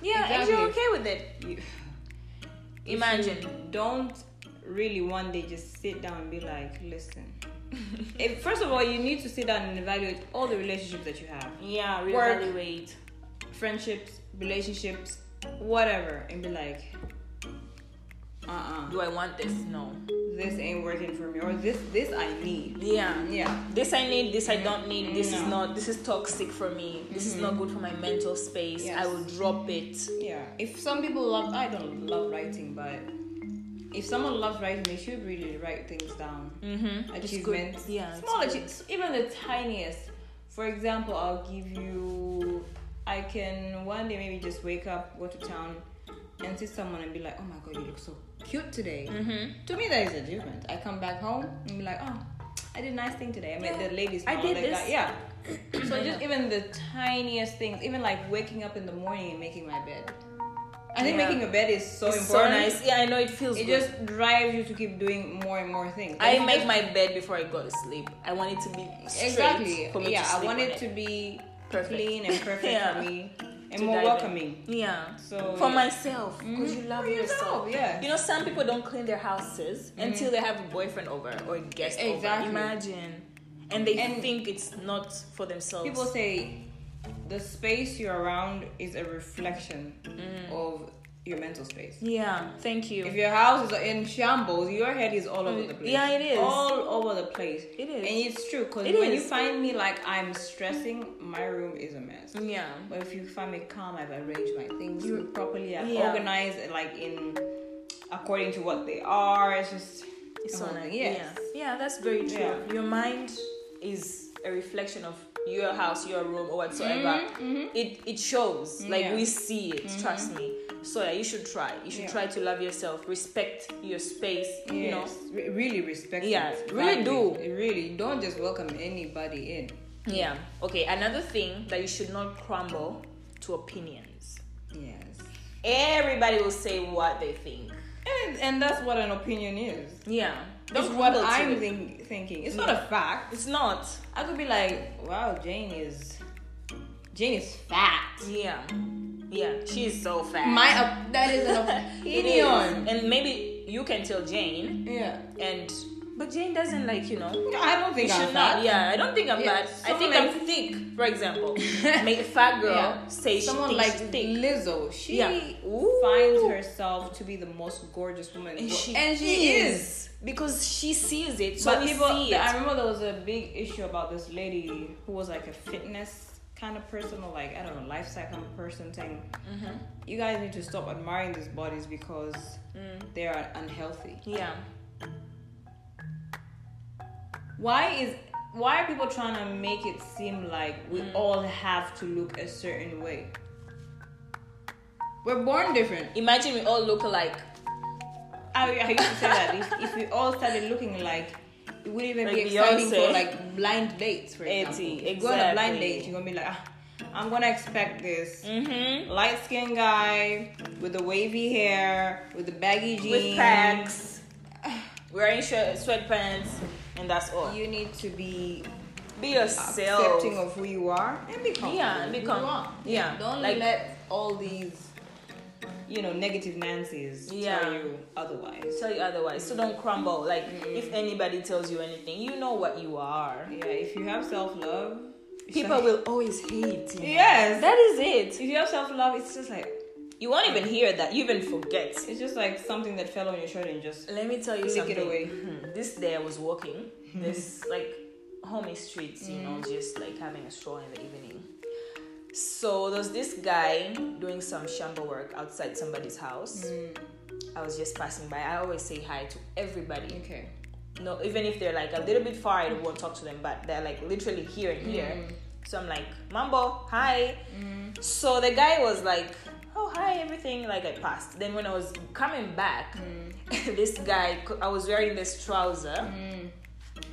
Yeah, and
Exactly.
you're okay with it.
You-
Imagine.
don't really one day just sit down and be like, listen. if, first of all, you need to sit down and evaluate all the relationships that you have
Yeah,
Work.
reevaluate.
friendships, relationships, whatever, and be like, uh uh
Do I want this? No.
this ain't working for me, or this, this I need.
Yeah.
Yeah.
This I need, this I don't need, this is
No. Mm-hmm.
not, this is toxic for me, this is not good for my mental space,
Yes.
I will drop it.
Yeah. If some people love, I don't love writing, but if someone loves writing, they should really write things down.
Mm-hmm.
achievements.
Yeah. it's
small
good.
achievements, even the tiniest. For example, I'll give you. I can one day maybe just wake up, go to town, and see someone and be like, "Oh my god, you look so cute today."
Mm-hmm.
To me, that is achievement. I come back home and be like, "Oh, I did a nice thing today. I met
Yeah.
the ladies.
I
smile,"
did
like
this.
That. Yeah." So just even the tiniest things, even like waking up in the morning and making my bed. I think
Yeah.
making a bed is so
It's so
important.
nice. Yeah, I know it feels
It
good.
just drives you to keep doing more and more things. Like,
I
you
make
just-
my bed before I go to sleep. I want it to be straight
exactly
for me
yeah
to sleep
i want
on
it to be
Perfect.
clean and perfect
[LAUGHS] Yeah.
for me and
To
more
dive in.
welcoming
Yeah.
So-
for myself, because you love
For yourself,
yourself.
yeah.
You know, some people don't clean their houses until they have a boyfriend over or a guest
Mm-hmm. Exactly.
over. Imagine, and they
And-
think it's not for themselves.
people say the space you're around is a reflection
Mm.
of your mental space
yeah. Thank you.
if your house is in shambles your head is all over the place
Mm, Yeah, it is.
all over the place
It is.
and it's true because
It
when you
is.
find me like i'm stressing my room is a mess
yeah.
But if you find me calm, I've arranged my things properly. I've
Yeah.
organized like in according to what they are. It's just
It's
the
so
whole
nice.
thing. Oh, Yes.
Yeah. Yeah, that's very true.
Yeah.
Your mind is a reflection of your house, your room, or whatsoever. It it shows. Like
Mm-hmm. Yeah. Mm-hmm.
we see it. Trust me. So yeah, you should try. You should
Yeah.
try to love yourself, respect your space. You know.
Yes. Re- really respect.
Yeah,
it.
really do.
It Really, don't just welcome anybody in.
Yeah. Okay. Another thing that you should not crumble to opinions.
Yes.
Everybody will say what they think.
And, and that's what an opinion is.
Yeah.
That's
Don't
what
Google to
I'm
it.
think, thinking. It's
Yeah.
not a fact.
It's not.
I could be like, wow, Jane is, Jane is fat.
Yeah. Yeah. She's so fat.
My op- that
[LAUGHS]
is an
It is.
opinion.
And maybe you can tell Jane
yeah,
and but Jane doesn't like, you know.
I don't
You
think I'm
should
fat.
not. Yeah, I don't think I'm
Yeah,
fat. I think
someone
I'm thick, for
[LAUGHS]
example. Make a fat girl
Yeah.
say she
Someone
thinks
like
she's thick.
Lizzo, she
Yeah. Ooh.
finds herself to be the most gorgeous woman, in
And
the world.
she,
and she is.
because she sees it. So
But
we
people,
see it.
I remember there was a big issue about this lady who was like a fitness kind of person, or like I don't know, lifestyle kind of person, saying,
Mm-hmm.
"You guys need to stop admiring these bodies because
Mm.
they are unhealthy."
Yeah,
Why is why are people trying to make it seem like we all have to look a certain way? We're born different.
imagine we all look alike.
I, I used to say that if, if we all started looking like it would even be
Like
exciting
Beyonce.
for like blind dates, for
Eti,
example. If you go on a blind
exactly.
date, you're gonna be like, "Ah, I'm gonna expect this
Mm-hmm.
light skinned guy with the wavy hair, with the baggy jeans,
With packs, wearing shirt, sweatpants, and that's all.
You need to be
Be yourself.
accepting of who you are and be comfortable.
Yeah,
with who
become-
you are.
yeah,
Don't
like-
let all these, you know, negative Nancy's
Yeah.
tell you otherwise.
Tell you otherwise. So don't crumble. Like
Mm.
if anybody tells you anything, you know what you are.
Yeah, if you have self love,
People will always hate. you.
Yes,
That is it.
if you have self love, it's just like
You won't even hear that. You even forget.
it's just like something that fell on your shoulder and just
Let me tell you
Lick
something.
it away.
Mhm. This day I was walking
[LAUGHS]
this like homey streets, you
Mm.
know, just like having a stroll in the evening. So there's this guy doing some shambo work outside somebody's house.
Mm.
I was just passing by. I always say hi to everybody.
okay.
No, even if they're like a little bit far, I won't talk to them, but they're like literally here and here.
Mm.
So I'm like, Mambo, hi. So the guy was like, Oh, hi, everything. Like I passed. Then when I was coming back,
Mm.
[LAUGHS] this guy, I was wearing this trouser,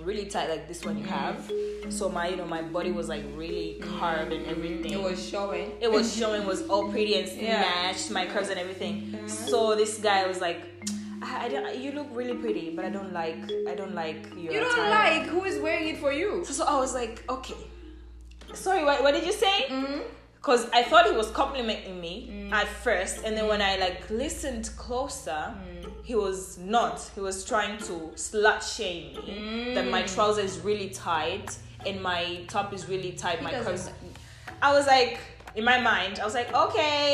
really tight, like this one you
Mm.
have. So my, you know, my body was like really carved and everything
It was showing.
it was showing was all pretty and
Yeah.
matched my curves and everything. So this guy was like, I, I don't, you look really pretty, but I don't like, I don't like your.
You don't
attire."
like who is wearing it for you.
So, so I was like, okay. Sorry, what, what did you say?
Mm.
Because I thought he was complimenting me at first, and then when I like listened closer,
Mm.
he was not. He was trying to slut shame me that my
Mm.
trouser is really tight and my top is really tight. my
doesn't
curves. I was like, in my mind, I was like, okay.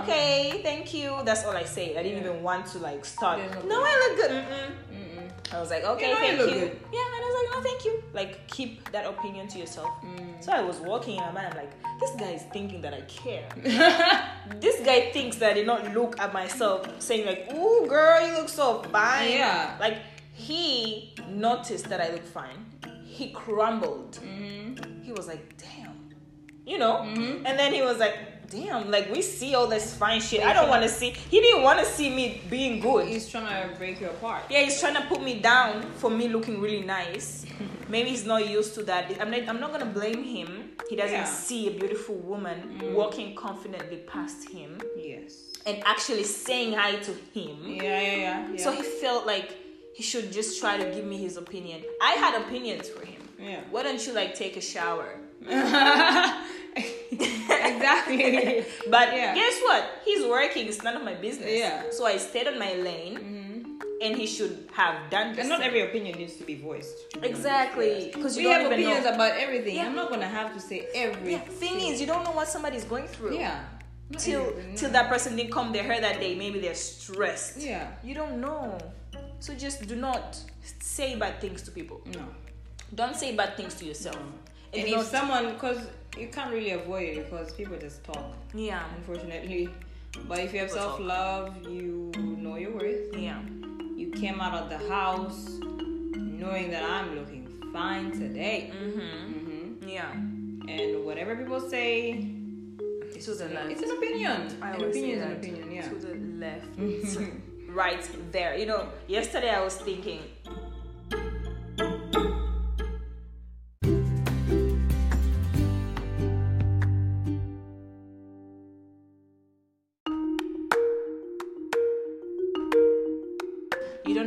Okay, thank you. That's all I say. I didn't
Mm-hmm. Yeah.
even want to like start.
There's no
No, I look good. Mm-mm.
Mm-mm.
I was like, okay,
know you
thank
look
you.
good.
Yeah, and I was like, no, thank you. Like, keep that opinion to yourself.
Mm.
So I was walking in my mind, I'm like, this guy is thinking that I care. this guy thinks that I did not look at myself, saying like, ooh, girl, you look so fine.
Yeah.
Like, he noticed that I look fine. He crumbled.
[LAUGHS]
He was like, damn. You know?
Mm-hmm.
And then he was like, damn, like, we see all this fine shit. I don't want to see. He didn't want to see me being good.
He's trying to break you apart.
Yeah, he's trying to put me down for me looking really
[LAUGHS]
nice. Maybe he's not used to that. I'm not, I'm not gonna blame him. He doesn't
Yeah. Mm.
see a beautiful woman walking confidently past him
Yes.
and actually saying hi to him.
Yeah, yeah, yeah. yeah.
So he felt like he should just try to give me his opinion. I had opinions for him.
yeah.
[LAUGHS]
[LAUGHS]
Why don't you like take a shower?
exactly.
[LAUGHS] But
Yeah.
guess what? He's working. It's none of my business.
Yeah.
So I stayed on my lane,
Mm-hmm.
and he should have done. The
and not
same.
every opinion needs to be voiced.
exactly because
We
you don't
have
even know.
opinions about everything.
Yeah.
I'm not gonna have to say everything.
Yeah, thing is, you don't know what somebody's going through.
yeah. Not
Till
everything,
till
no.
that person didn't come their hair that day, maybe they're stressed.
Yeah.
You don't know. So just do not say bad things to people.
No.
Don't say bad things to yourself. And
Mm-hmm. And
do
if
not-
someone, because you can't really avoid it, because people just talk,
yeah,
unfortunately. But if you have
People talk.
self love, you know your worth.
yeah,
You came out of the house knowing that I'm looking fine today.
mm-hmm.
hmm
yeah.
And whatever people say,
To the
it's an opinion.
I
an
always
opinion is
say
an
that.
opinion, yeah.
To the left,
[LAUGHS]
right there. You know, yesterday I was thinking.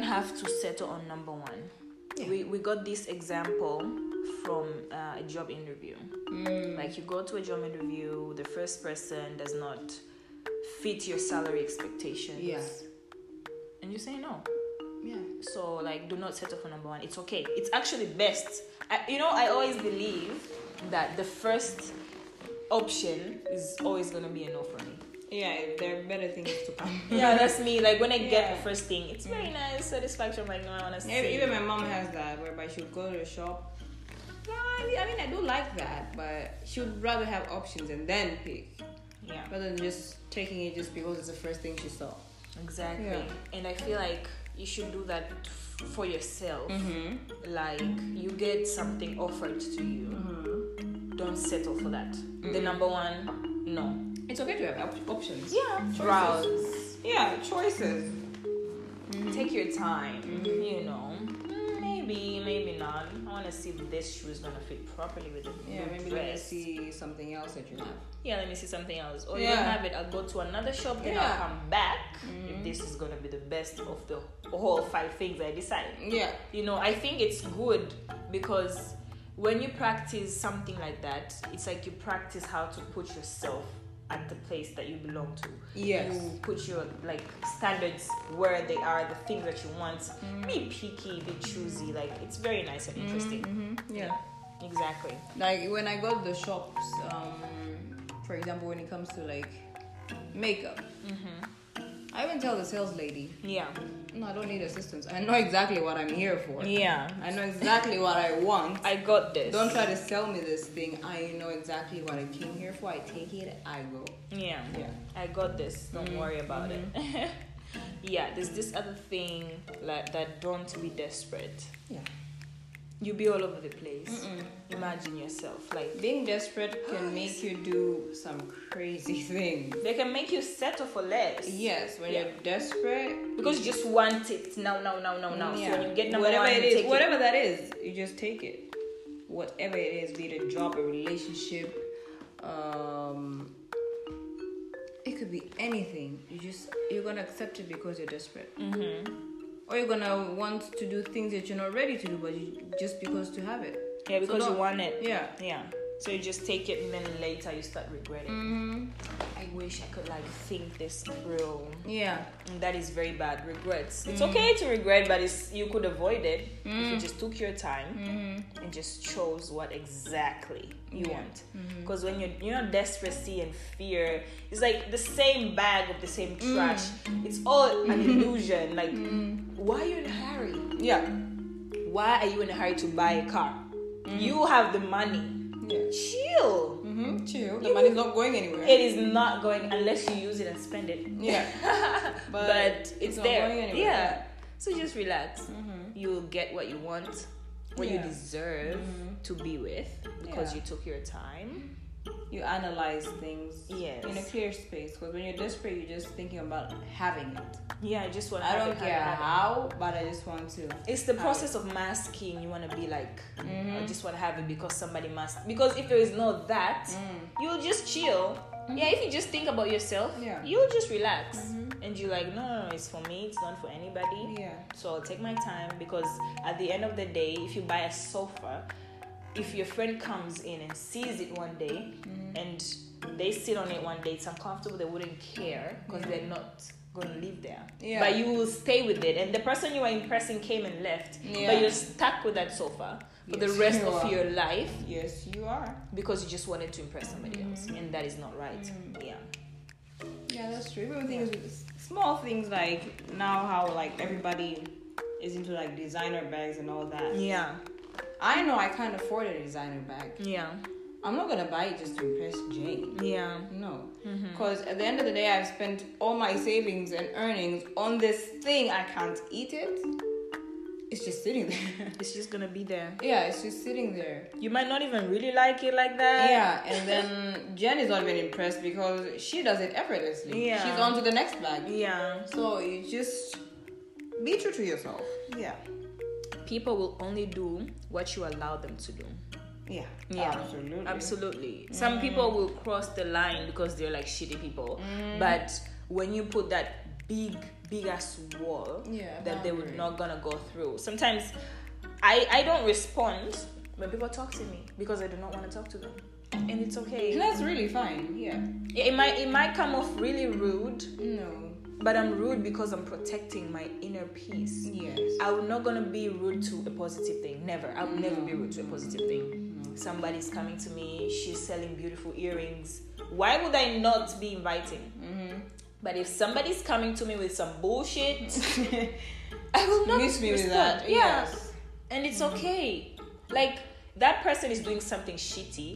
have to settle on number one.
Yeah.
We, we got this example from uh, a job interview.
Mm.
Like you go to a job interview, the first person does not fit your salary expectations.
Yeah.
And you say no.
yeah.
So like, do not settle for number one. It's okay. It's actually best. I, you know, I always believe that the first option is always gonna be a
[LAUGHS]
no for me.
Yeah, there are better things to come.
Yeah, that's me. Like when I
Yeah.
get the first thing, it's very nice satisfaction. I'm like, no, I wanna
Yeah,
stay.
even my mom has that, whereby she'll go to the shop. No, I mean, I mean, I do like that, but she would rather have options and then pick,
yeah.
rather than just taking it just because it's the first thing she saw.
Exactly.
Yeah.
And I feel like you should do that f- for yourself.
Mm-hmm.
Like you get something offered to you.
Mm-hmm.
Don't settle for that. The number one, no.
It's okay to have op- options.
Yeah. Browse.
Yeah, choices. Mm-hmm.
Take your time. You know. Mm, Maybe, maybe not. I want to see if this shoe is gonna fit properly with the
Yeah,
new
maybe let me
dress.
see something else that you have.
Yeah, let me see something else. Or you
Yeah.
don't have it. I'll go to another shop. Then
Yeah. Mm-hmm.
I'll come back. If this is gonna be the best of the whole five things I decide.
Yeah.
you know i think it's good because when you practice something like that it's like you practice how to put yourself at the place that you belong to
Yes.
you put your like standards where they are the things that you want
Mm.
be picky be choosy like it's very nice and interesting
Mm. Mm-hmm, Yeah.
exactly
Like when I go to the shops, um, for example, when it comes to like makeup, Mm-hmm. I even tell the sales lady,
yeah
no, I don't need assistance. I know exactly what I'm here for.
yeah
I know exactly what I want.
i got this
Don't try to sell me this thing. I know exactly what I came here for. I take it, I go.
yeah
Yeah.
I got this. Don't
Mm-hmm.
worry about it. [LAUGHS] yeah, there's this other thing like that. Don't be desperate.
Yeah.
You be all over the place. Imagine yourself like
Being desperate can make you do some crazy [LAUGHS] things.
they can make you settle for less.
Yes, when
Yeah.
you're desperate,
Because you just want it now, now, now, now, now. So when you get number
whatever
one,
it
you
is,
take it.
whatever that is, you just take it. Whatever it is, be it a job, a relationship, um, it could be anything. You just you're gonna accept it because you're desperate, mm-hmm. or you're gonna want to do things that you're not ready to do, but you, just because to have it.
Yeah, because
don't-
you want it.
Yeah.
Yeah. So you just take it, and then later you start regretting.
Mm-hmm.
I wish I could like think this through.
Yeah.
And that is very bad regrets it's okay to regret but it's you could avoid it if you just took your time and just chose what exactly you
Yeah.
want because when you're you know desperacy and fear it's like the same bag of the same trash it's all an illusion like why are you in a hurry
Yeah.
why are you in a hurry to buy a car you have the money
Yeah.
chill
Mm-hmm. Chill. The money's not going anywhere.
it is not going unless you use it and spend it [LAUGHS]
yeah.
but, it's,
not
there.
going anywhere.
yeah. Mm-hmm. So just relax. You'll get what you want, what
Yeah.
you deserve to be with because
Yeah.
you took your time.
you analyze things
Yes.
in a clear space because when you're desperate you're just thinking about having it
Yeah, I just want.
i don't care how but i just want to
It's the
how-
process of masking. You want to be like,
Mm-hmm.
I just want to have it because somebody must. Because if there is no that, you'll just chill. Yeah, if you just think about yourself,
Yeah.
you'll just relax.
Mm-hmm.
And you're like, no, no, no, it's for me, it's not for anybody.
yeah
So I'll take my time because at the end of the day, if you buy a sofa, if your friend comes in and sees it one day
Mm-hmm.
and they sit on it one day, it's uncomfortable, they wouldn't care because they're not going to live there.
Yeah.
But you will stay with it. And the person you were impressing came and left.
Yeah.
But you're stuck with that sofa for the
Yes,
[LAUGHS] rest
you
of
are.
your life
yes you are
because you just wanted to impress somebody else. And that is not right. Yeah.
yeah that's true even things with small things like now how like everybody is into like designer bags and all that
Yeah.
i know i can't afford a designer bag
Yeah.
i'm not gonna buy it just to impress jane
Yeah.
No, because at the end of the day, I've spent all my savings and earnings on this thing. I can't eat it. It's just sitting there. [LAUGHS]
It's just going to be there.
yeah, it's just sitting there.
You might not even really like it like
Uh,
that.
[LAUGHS] Yeah, and then Jen is not even impressed because she does it effortlessly.
Yeah.
she's on to the next bag.
Yeah.
So you just be true to yourself.
Yeah. People will only do what you allow them to do.
Yeah,
Yeah.
absolutely.
Absolutely.
Mm. Mm.
Some people will cross the line because they're like shitty people. But when you put that big, big ass wall
Yeah,
that they would
boundary.
not gonna go through. Sometimes I, I don't respond when people talk to me because I do not want to talk to them. And it's okay.
That's really fine. Yeah.
It might it might come off really rude,
No.
but I'm rude because I'm protecting my inner peace.
Yes.
I'm not gonna be rude to a positive thing. Never. I will never be rude to a positive thing.
No.
Somebody's coming to me, she's selling beautiful earrings. Why would I not be inviting?
[LAUGHS] Mm-hmm.
But if somebody's coming to me with some bullshit, I will not
Miss me with
respond.
that.
Yeah.
Yes.
And it's okay. Like that person is doing something shitty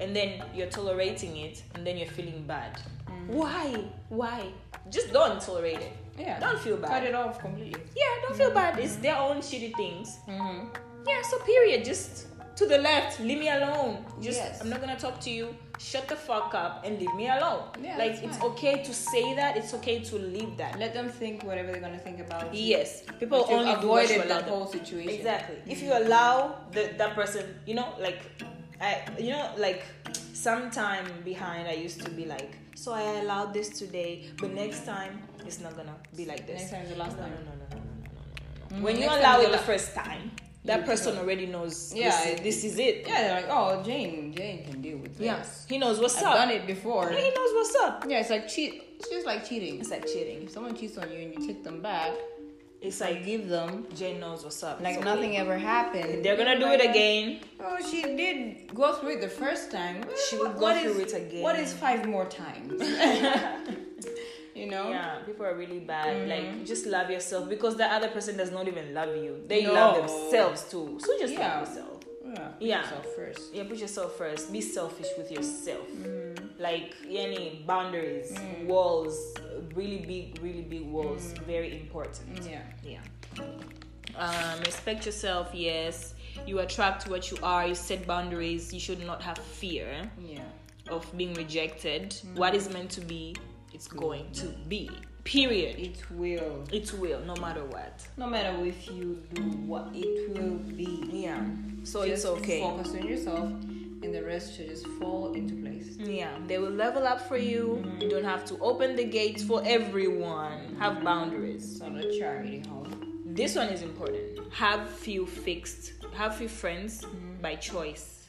and then you're tolerating it and then you're feeling bad.
Mm.
Why? Why? Just don't tolerate it.
Yeah.
Don't feel
Cut
bad.
it off completely.
Yeah, don't feel bad. It's their own shitty things.
Mm-hmm.
Yeah, so period. Just to the left, leave me alone. Just
Yes.
I'm not gonna talk to you. Shut the fuck up and leave me alone.
Yeah,
like
that's
it's
fine.
okay to say that, it's okay to leave that.
Let them think whatever they're gonna think about. you.
Yes, people
But you've
only do what you
avoided
allow
that
them.
whole situation.
Exactly. If you
Mm.
allow the, that person, you know, like, I, you know, like, sometime behind, I used to be like, so I allowed this today, but next time it's not gonna be like this.
Next time is the last
no,
time.
No, no, no, no, no, no, no, no.
Mm,
When you
next
allow
time
it
is
the
the
first time, that
You
person
know.
already knows.
Yeah,
this, is-
it-
this is it.
Yeah, they're like, oh, Jane, Jane can deal with this.
Yes. He knows what's
I've
up.
done it before.
Yeah, he knows what's up.
Yeah, it's like cheat. It's just like cheating.
It's like cheating.
If someone cheats on you and you take them back,
It's
I
like
give them
Jane knows what's up.
like
It's okay.
nothing ever happened.
They're gonna do
Like,
it again.
Oh, she did go through it the first time.
She will
What-
go
what
through
is-
it again.
What is five more [LAUGHS] times? you know.
Yeah, people are really bad.
Mm-hmm.
Like, just love yourself because the other person does not even love you. They
No.
love themselves too. So just
Yeah.
love yourself.
Yeah. put
Yeah.
yourself first.
Yeah, put yourself first. Be selfish with yourself.
Mm.
Like, any boundaries, walls, really big, really big walls,
Mm.
very important.
Yeah.
Yeah. Um, respect yourself, yes. You attract what you are, you set boundaries, you should not have fear
Yeah.
of being rejected.
Mm.
What is meant to be, it's going to be. Period.
It will.
It will, no matter what.
No matter if you do what, it will be.
Yeah. So
Just
it's okay.
Focus on yourself, and the rest should just fall into place.
Yeah. They will level up for you. You don't have to open the gates for everyone. Have boundaries.
It's not a charity home.
This one is important. Have few fixed. Have few friends
Mm.
by choice.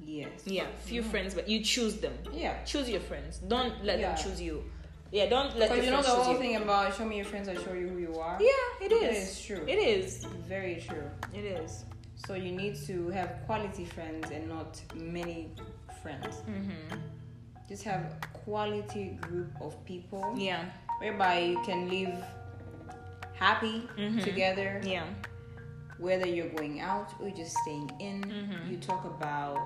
Yes.
Yeah. Few
Mm.
friends, but you choose them.
Yeah.
Choose your friends. Don't let
Yeah.
them choose you. Yeah. Don't let.
Because
your
you know
friends
the
choose
whole
you.
thing about show me your friends, I show you who you are.
Yeah. It
It
is.
is true.
It is.
Very true.
It is.
So you need to have quality friends and not many friends.
Mm-hmm.
Just have quality group of people
Yeah.
whereby you can live happy
Mhm.
together.
Yeah.
Whether you're going out or just staying in,
Mhm.
you talk about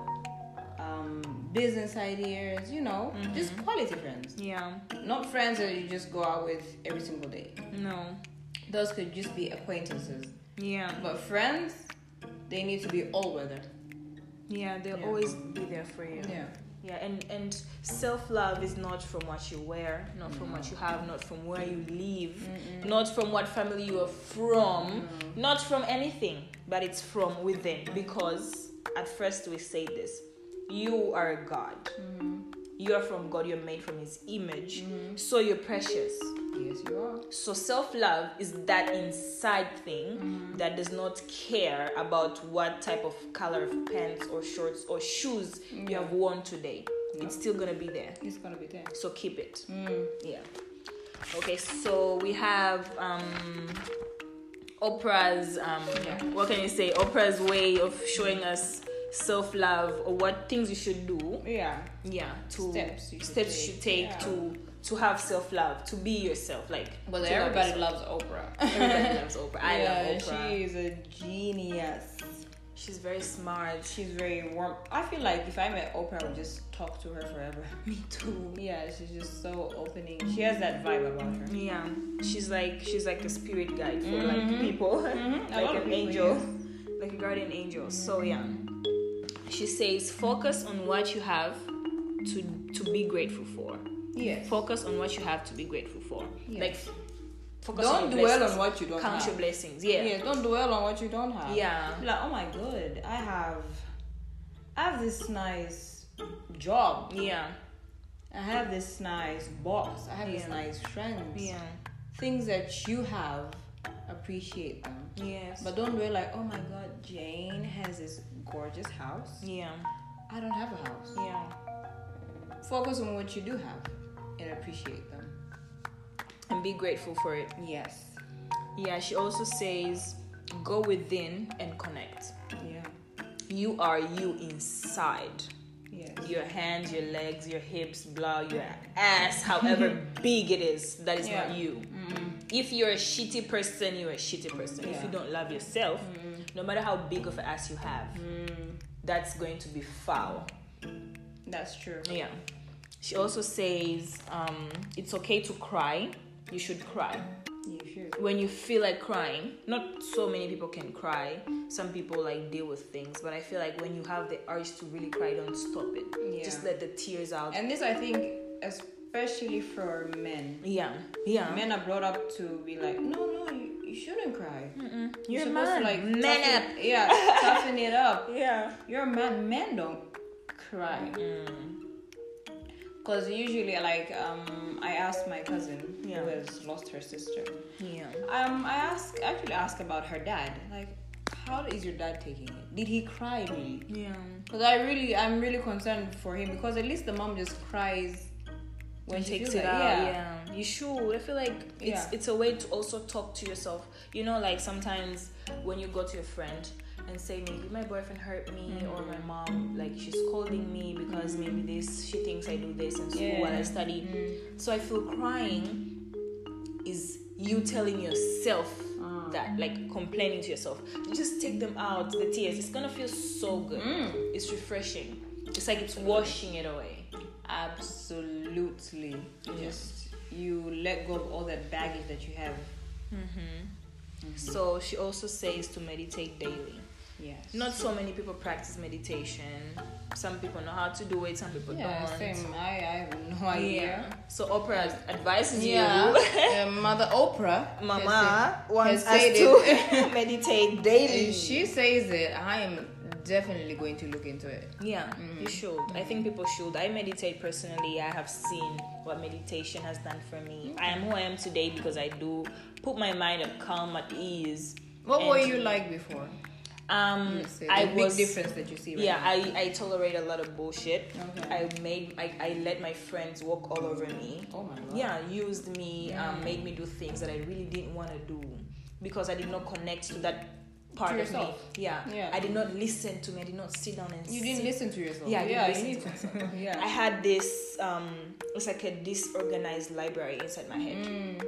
um, business ideas. You know, just quality friends,
Yeah.
not friends that you just go out with every single day.
No.
Those could just be acquaintances.
Yeah.
But friends, they need to be all weather.
Yeah. They'll
Yeah.
always be there for you.
Yeah.
Yeah, and and self love is not from what you wear, not from what you have, not from where you live, not from what family you are from, not from anything, but it's from within. Because at first we say this, you are a god. You are from God. You're made from His image, so you're precious.
Yes, you are.
So self love is that inside thing
Mm.
that does not care about what type of color of pants or shorts or shoes you have worn today. It's still gonna be there.
It's gonna be there.
So keep it.
Mm.
Yeah. Okay, so we have um Oprah's um
Yeah.
what can you say? Oprah's way of showing us self love or what things you should do.
Yeah.
Yeah, to
Steps you should take.
steps you should take
Yeah.
to to have self love, to be yourself, like
But
to love
everybody
yourself.
loves [LAUGHS] Oprah.
Everybody loves Oprah. I
yeah,
love Oprah.
She is a genius.
She's very smart. She,
She's very warm. I feel like if I met Oprah, I would just talk to her forever.
me too.
Yeah, she's just so opening. She has that vibe about her.
Yeah, she's like she's like a spirit guide for like
Mhm.
people,
[LAUGHS] Mhm. A
like
lot of
an
people,
angel, like a guardian angel. So yeah, she says focus on what you have to to be grateful for.
Yes.
Focus on what you have to be grateful for.
Yeah.
Like f- focus
Don't
on your
dwell
blessings.
on what you don't
count
have.
your blessings.
yeah.
Yeah.
Don't dwell on what you don't have.
Yeah.
Be Like, oh my god, I have, I have this nice job.
Yeah.
I have this nice boss. I have this
Yeah.
nice friends.
Yeah.
things that you have, appreciate them.
Yes.
But don't be like, oh my God, Jane has this gorgeous house.
yeah.
I don't have a house.
Yeah.
Focus on what you do have and appreciate them.
And be grateful for it.
Yes.
Yeah, she also says go within and connect.
Yeah.
You are you inside.
Yes.
Your hands, your legs, your hips, blah, your
[LAUGHS]
ass, however big it is, that is
Yeah.
not you.
Mm-hmm.
If you're a shitty person, you're a shitty person. If you
Yeah.
don't love yourself, no matter how big of an ass you have, that's going to be foul.
That's true.
Yeah. She also says um, it's okay to cry. You should cry.
You should.
When you feel like crying, not so many people can cry. Some people like deal with things, but I feel like when you have the urge to really cry, don't stop it.
Yeah.
Just let the tears out.
And this, I think, especially for men.
yeah, yeah.
Men are brought up to be like, no, no, you, you shouldn't cry.
You're a
supposed
man.
to like
man
toughen- [LAUGHS] Yeah, toughen it up.
up. Yeah.
You're a man. Men don't cry.
Mm.
Cause usually, like, um, I asked my cousin
Yeah.
who has lost her sister.
Yeah.
Um, I asked, actually asked about her dad. Like, how is your dad taking it? Did he cry really?
Yeah.
Cause I really, I'm really concerned for him because at least the mom just cries when
When
she
takes
feels
it
like-
out,
Yeah.
yeah. You should. I feel like it's
Yeah.
it's a way to also talk to yourself. You know, like sometimes when you go to your friend and say maybe my boyfriend hurt me or my mom like she's scolding me because maybe this she thinks I do this in school
Yeah.
while I study. So I feel crying is you telling yourself that like complaining to yourself. Just take them out, the tears. It's gonna feel so good. It's refreshing. It's like it's washing it away.
Absolutely. You Just you let go of all that baggage that you have.
So she also says to meditate daily.
Yes.
Not so many people practice meditation. Some people know how to do it, some people
Yeah,
don't.
same. I, I have no
Yeah.
idea.
So Oprah advises [LAUGHS]
Yeah,
you,
uh, [LAUGHS] Mother Oprah, has
Mama,
said- has
wants us
said
[LAUGHS]
Mm.
to meditate
it.
daily.
If she says it, I am definitely going to look into it.
Yeah,
Mm.
you should. I think people should. I meditate personally. I have seen what meditation has done for me. I am who I am today because I do put my mind at calm, at ease.
What
And,
were you like before?
Um,
Let's say,
I
the
was
big difference that you see. Right
yeah I, I tolerate a lot of bullshit
Okay.
i made I, I let my friends walk all over me
Now. Oh my god.
yeah used me um, made me do things that i really didn't want to do because i did not connect to that part of me
yourself.
yeah.
Yeah.
i did not listen to me i did not sit down and
You didn't
sit.
listen to yourself.
Yeah, I didn't
yeah,
listen
you need
to [LAUGHS]
to.
i
yeah.
had this um it's like a disorganized library inside my head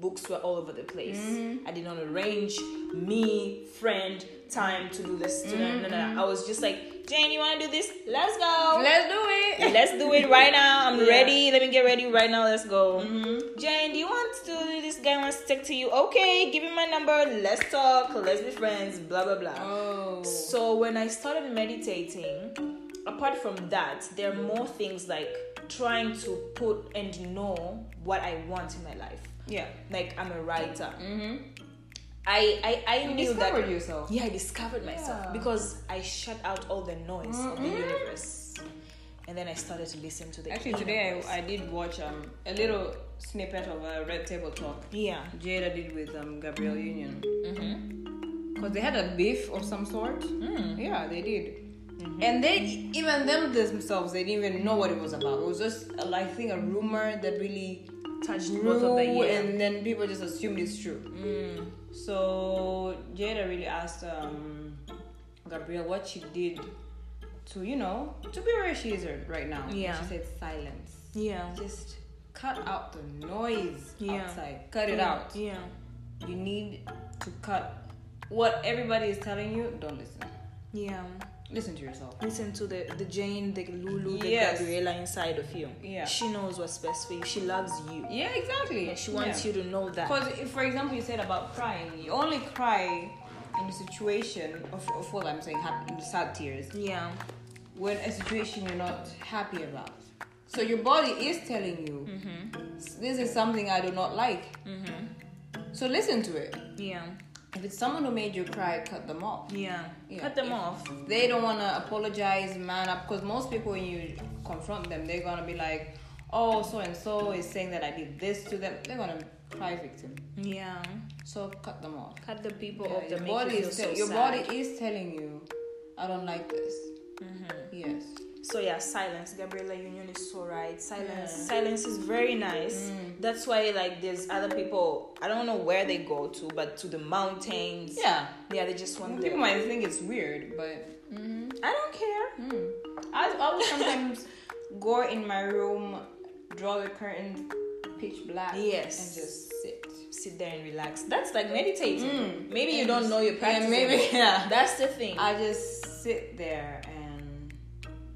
books were all over the place
Mm-hmm.
i did not arrange me friend time to do this to- no, no, no, no. i was just like jane you want to do this let's go
Mm-hmm. Let's do it.
Let's do it right now. I'm
Yeah. Mm-hmm.
ready. Let me get ready right now. Let's go. Jane, do you want to do this guy wants to talk to you? Okay, give me my number. Let's talk. Let's be friends. Blah blah blah.
Oh.
So when I started meditating, apart from that, there are more things like trying to put and know what I want in my life.
Yeah.
Like I'm a writer.
Mm-hmm.
I I, I
You
knew that
discovered yourself.
yeah, I discovered myself
Yeah. Mm-hmm.
because I shut out all the noise of the universe. And then I started to listen to the
Actually,
inner
today
voice.
I, I did watch um a little snippet of a Red Table Talk
Yeah.
Jada did with um Gabrielle Union.
Mm-hmm. Mm.
because they had a beef of some sort. Yeah, they did.
Mm-hmm.
And they, even them themselves, they didn't even know what it was about. It was just, uh, I think, a rumor that really
Touched both of
grew,
the year.
and then people just assumed it's true.
Mm.
So Jada really asked um, Gabrielle what she did to, you know, to be where she is right now. And
Yeah.
she said silence.
yeah.
Just cut out the noise
Yeah.
outside. Cut it out
Mm. Yeah.
you need to cut what everybody is telling you don't listen
Yeah.
listen to yourself
Listen to the, the Jane, the Lulu, the
Yes.
Gabriella inside of you.
Yeah.
She knows what's best for you. She loves you.
yeah exactly
And she wants you to know that.
because if for example you said about crying you only cry in a situation of, of what i'm saying happy, sad tears
yeah.
when a situation you're not happy about so your body is telling you
Mm-hmm.
this is something i do not like so listen to it
Yeah.
if it's someone who made you cry cut them off
Yeah.
Yeah.
Cut them
If-
off.
they don't want to apologize, man up, because most people, when you confront them, they're gonna be like, oh, so and so is saying that I did this to them, they're gonna cry victim.
Yeah.
So cut them off.
Cut the people
Yeah,
off that
your
make
body
you feel
is
so
te- your
sad.
body is telling you, I don't like this.
Mm-hmm.
Yes.
So yeah, silence. Gabriela Union is so right. Silence.
Yeah. Mm.
Silence is very nice. That's why like there's other people. I don't know where they go to, but to the mountains.
Yeah.
Yeah, they just want.
People
Their...
might think it's weird, but
I don't care.
Hmm. I, I would sometimes [LAUGHS] go in my room, draw the curtain pitch black,
Yes.
and just sit.
Sit there and relax. That's like meditating.
Mm.
Maybe you
And
don't
just-
know your
yeah,
practice.
maybe, [LAUGHS] yeah.
[LAUGHS] That's the thing.
I just sit there and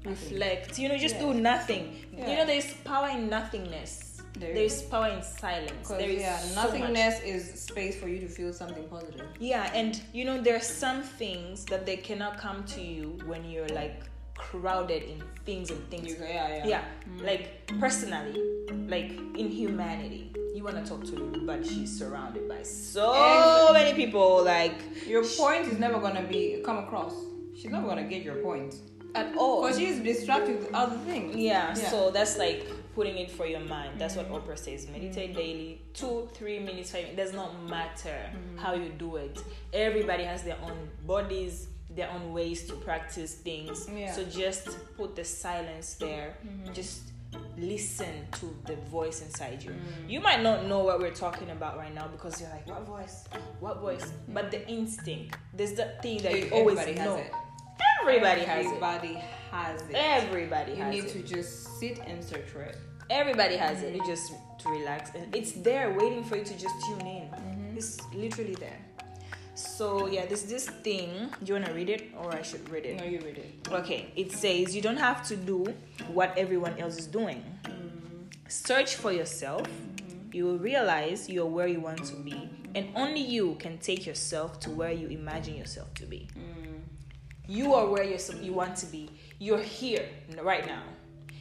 reflect. You know, just
Yeah.
do nothing. You
Yeah.
know, there's power in nothingness.
There
there is power in silence.
Because
There is
yeah,
so much.
nothingness is space for you to feel something positive.
Yeah, and you know, there are some things that they cannot come to you when you're like crowded in things and things.
You go, yeah, yeah.
yeah, like personally, like in humanity, you want to talk to Lulu, but she's surrounded by so
Exactly.
many people. Like
Your point is never gonna be come across. She's never gonna get your point.
at all.
Because she's distracted with other things.
Yeah,
Yeah.
so that's like putting it for your mind. That's what Oprah says. Meditate
Mm-hmm.
daily, two, three minutes, five minutes. Does not matter
Mm-hmm.
how you do it. Everybody has their own bodies, their own ways to practice things.
Yeah. Mm-hmm.
So just put the silence there. Just listen to the voice inside you.
Mm-hmm.
You might not know what we're talking about right now because you're like, what voice? What voice? But the instinct, there's that thing that you always
Mm-hmm. E, Everybody
know.
has it.
Everybody has
Everybody has
it.
it.
Everybody
you
has
need
it.
to just sit and search for it.
Everybody has it. You just to relax, and it's there waiting for you to just tune in.
Mm-hmm.
It's literally there. So yeah, there's this thing. Do you wanna read it, or I should read it?
No, you read it.
Okay. It says you don't have to do what everyone else is doing.
Mm-hmm.
Search for yourself. You will realize you're where you want to be, and only you can take yourself to where you imagine yourself to be.
Mm.
You are where you're, sup- you want to be. You're here n- right now.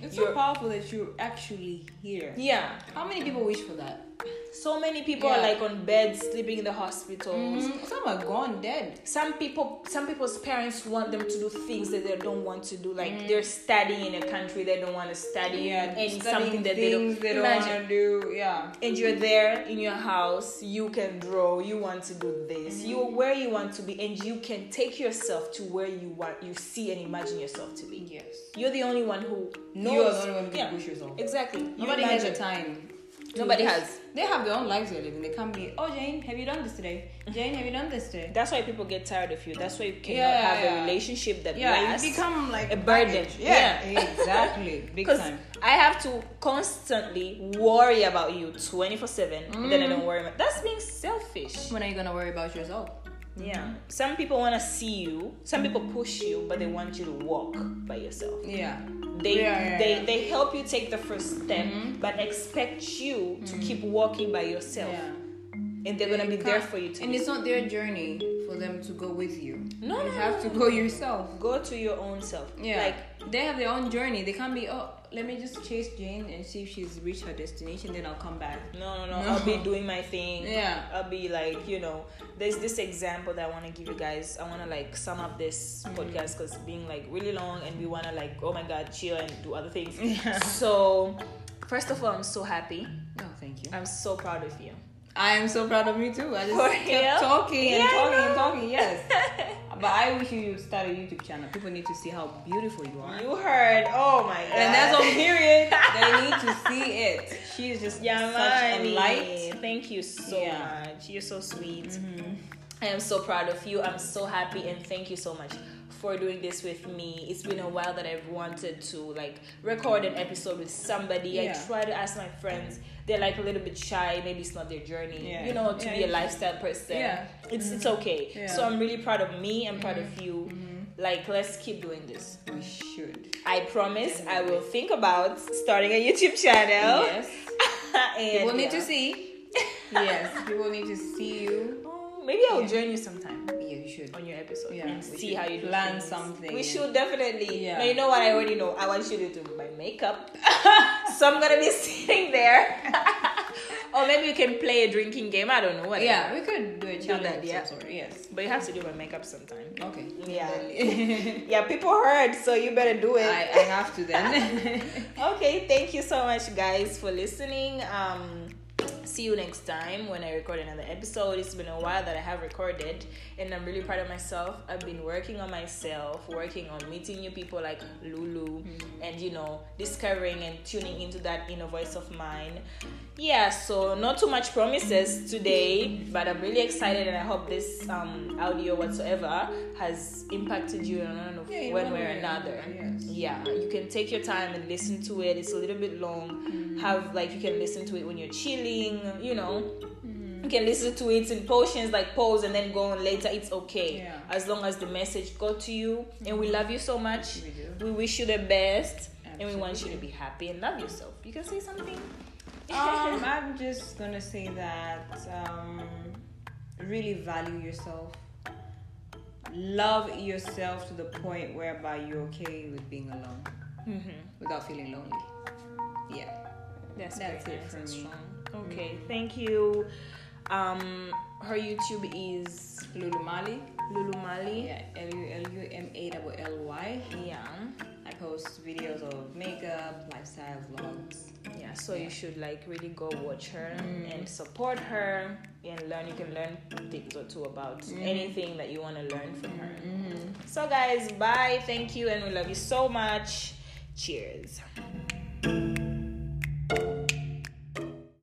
It's
You're-
so powerful that you're actually here.
Yeah.
How many people wish for that?
So many people are
Yeah. Mm-hmm.
like on beds, sleeping in the hospitals.
Some are gone dead.
Some people, some people's parents want them to do things that they don't want to do. Like
Mm.
they're studying in a country they don't want to study, and something that they don't.
things they don't
Imagine.
want to do. Yeah.
and you're there in your house. You can draw. You want to do this.
Mm.
You're where you want to be, and you can take yourself to where you want, you see, and imagine yourself to be.
Yes.
You're the only one who knows.
You are the only one who
Yeah,
can push yourself.
Exactly. You
Nobody has the
imagine.
time. to
Nobody
this.
has.
They have their own lives they're living. They can't be, oh, Jane, have you done this today? Jane, have you done this [LAUGHS] today?
That's why people get tired of you. That's why you cannot
Yeah,
have a
yeah.
relationship that
Yeah,
lasts.
you become like
a burden.
baggage. Yeah, [LAUGHS] exactly. Big
because
time.
I have to constantly worry about you 24 7. Then I don't worry about That's being selfish.
When are you gonna worry about yourself?
Yeah. Some people want to see you, some people push you, but they want you to walk by yourself.
Yeah.
They,
Yeah, yeah,
they,
yeah. Mm-hmm.
they help you take the first step, but expect you to keep walking by yourself.
Yeah.
And they're going to be
You
there
can't-
for you to
And it's not their journey for them to go with you.
No,
you
no,
have to go yourself.
go to your own self.
Yeah.
Like,
Like they have their own journey. They can't be oh let me just chase Jane and see if she's reached her destination, then I'll come back.
no, no, no,
No.
I'll be doing my thing.
[LAUGHS] Yeah.
I'll be like, you know, there's this example that I want to give you guys. I want to like sum up this podcast because being like really long and we want to like, oh my god, chill and do other [LAUGHS] things. So, first of all, I'm so happy.
No, thank you.
I'm so proud of you.
I am so proud of me too. I just
For
kept
real?
talking and
Yeah, I
talking
know.
and talking, [LAUGHS] yes. but I wish you would start a YouTube channel. People need to see how beautiful you are.
You heard, oh my god.
And that's on period. [LAUGHS] they need to see it. She is just such a
Yamani,
light.
thank you so
Yeah.
much. You're so sweet. Mm-hmm. I am so proud of you. I'm so happy and thank you so much for doing this with me. It's been a while that I've wanted to like record an episode with somebody.
Yeah.
I try to ask my friends. They're like a little bit shy. Maybe it's not their journey.
Yeah.
You know, to
Yeah,
be a
yeah.
lifestyle person.
Yeah. Mm-hmm.
It's it's okay.
Yeah. Mm-hmm.
So I'm really proud of me. I'm proud of you. Like let's keep doing this.
We should.
I promise I will think about starting a YouTube channel.
Yes.
[LAUGHS] and
People need
yeah.
to see. yes. People need to see you.
Oh, maybe I'll join you sometime
Yeah, you should.
on your episode
Yeah,
and
we
see
should
how you do
plan
things.
something.
We should definitely.
Yeah.
No, you know what? I already know. I [LAUGHS] want you to do my makeup, so I'm gonna be sitting there. [LAUGHS] or maybe we can play a drinking game. I don't know. Whatever.
Oh, yeah, we could do a challenge.
that,
of
yeah.
some sort, yes.
But you have to do my makeup sometime.
Okay. [LAUGHS]
Yeah.
Definitely.
Yeah, people heard, so you better do
I, I have to [LAUGHS] then.
okay, thank you so much, guys, for listening. Um, see you next time when I record another episode. It's been a while that I have recorded, and I'm really proud of myself. I've been working on myself, working on meeting new people like Lulu,
Mm-hmm.
and you know, discovering and tuning into that inner voice of mine. Yeah, so not too much promises today, but I'm really excited, and I hope this um, audio whatsoever has impacted you in one
Yeah, in
one
one
way or
way or
another.
another, yes.
Yeah, you can take your time and listen to it. It's a little bit long.
Mm-hmm.
Have like you can listen to it when you're chilling, you know.
Mm-hmm.
You can listen to it in portions like pause and then go on later. It's okay.
Yeah. Mm-hmm.
As long as the message got to you and we love you so much.
We do.
We wish you the best and we want you to
Absolutely.
be happy and love yourself. You can say something. [LAUGHS]
um, I'm just gonna say that um, really value yourself. Love yourself to the point whereby you're okay with being alone
Mhm.
without feeling lonely. Yeah.
That's,
That's
very
it
nice
for
and
me.
strong. Okay, thank you. Um her YouTube is
Lulumali.
Lulu Mali.
Yeah. L U L U M A double L Y.
yeah.
I post videos of makeup, lifestyle vlogs.
yeah so you should like really go watch her and support her and learn you can learn things or two about anything that you want to learn from her
Mm.
so guys bye thank you and we love you so much cheers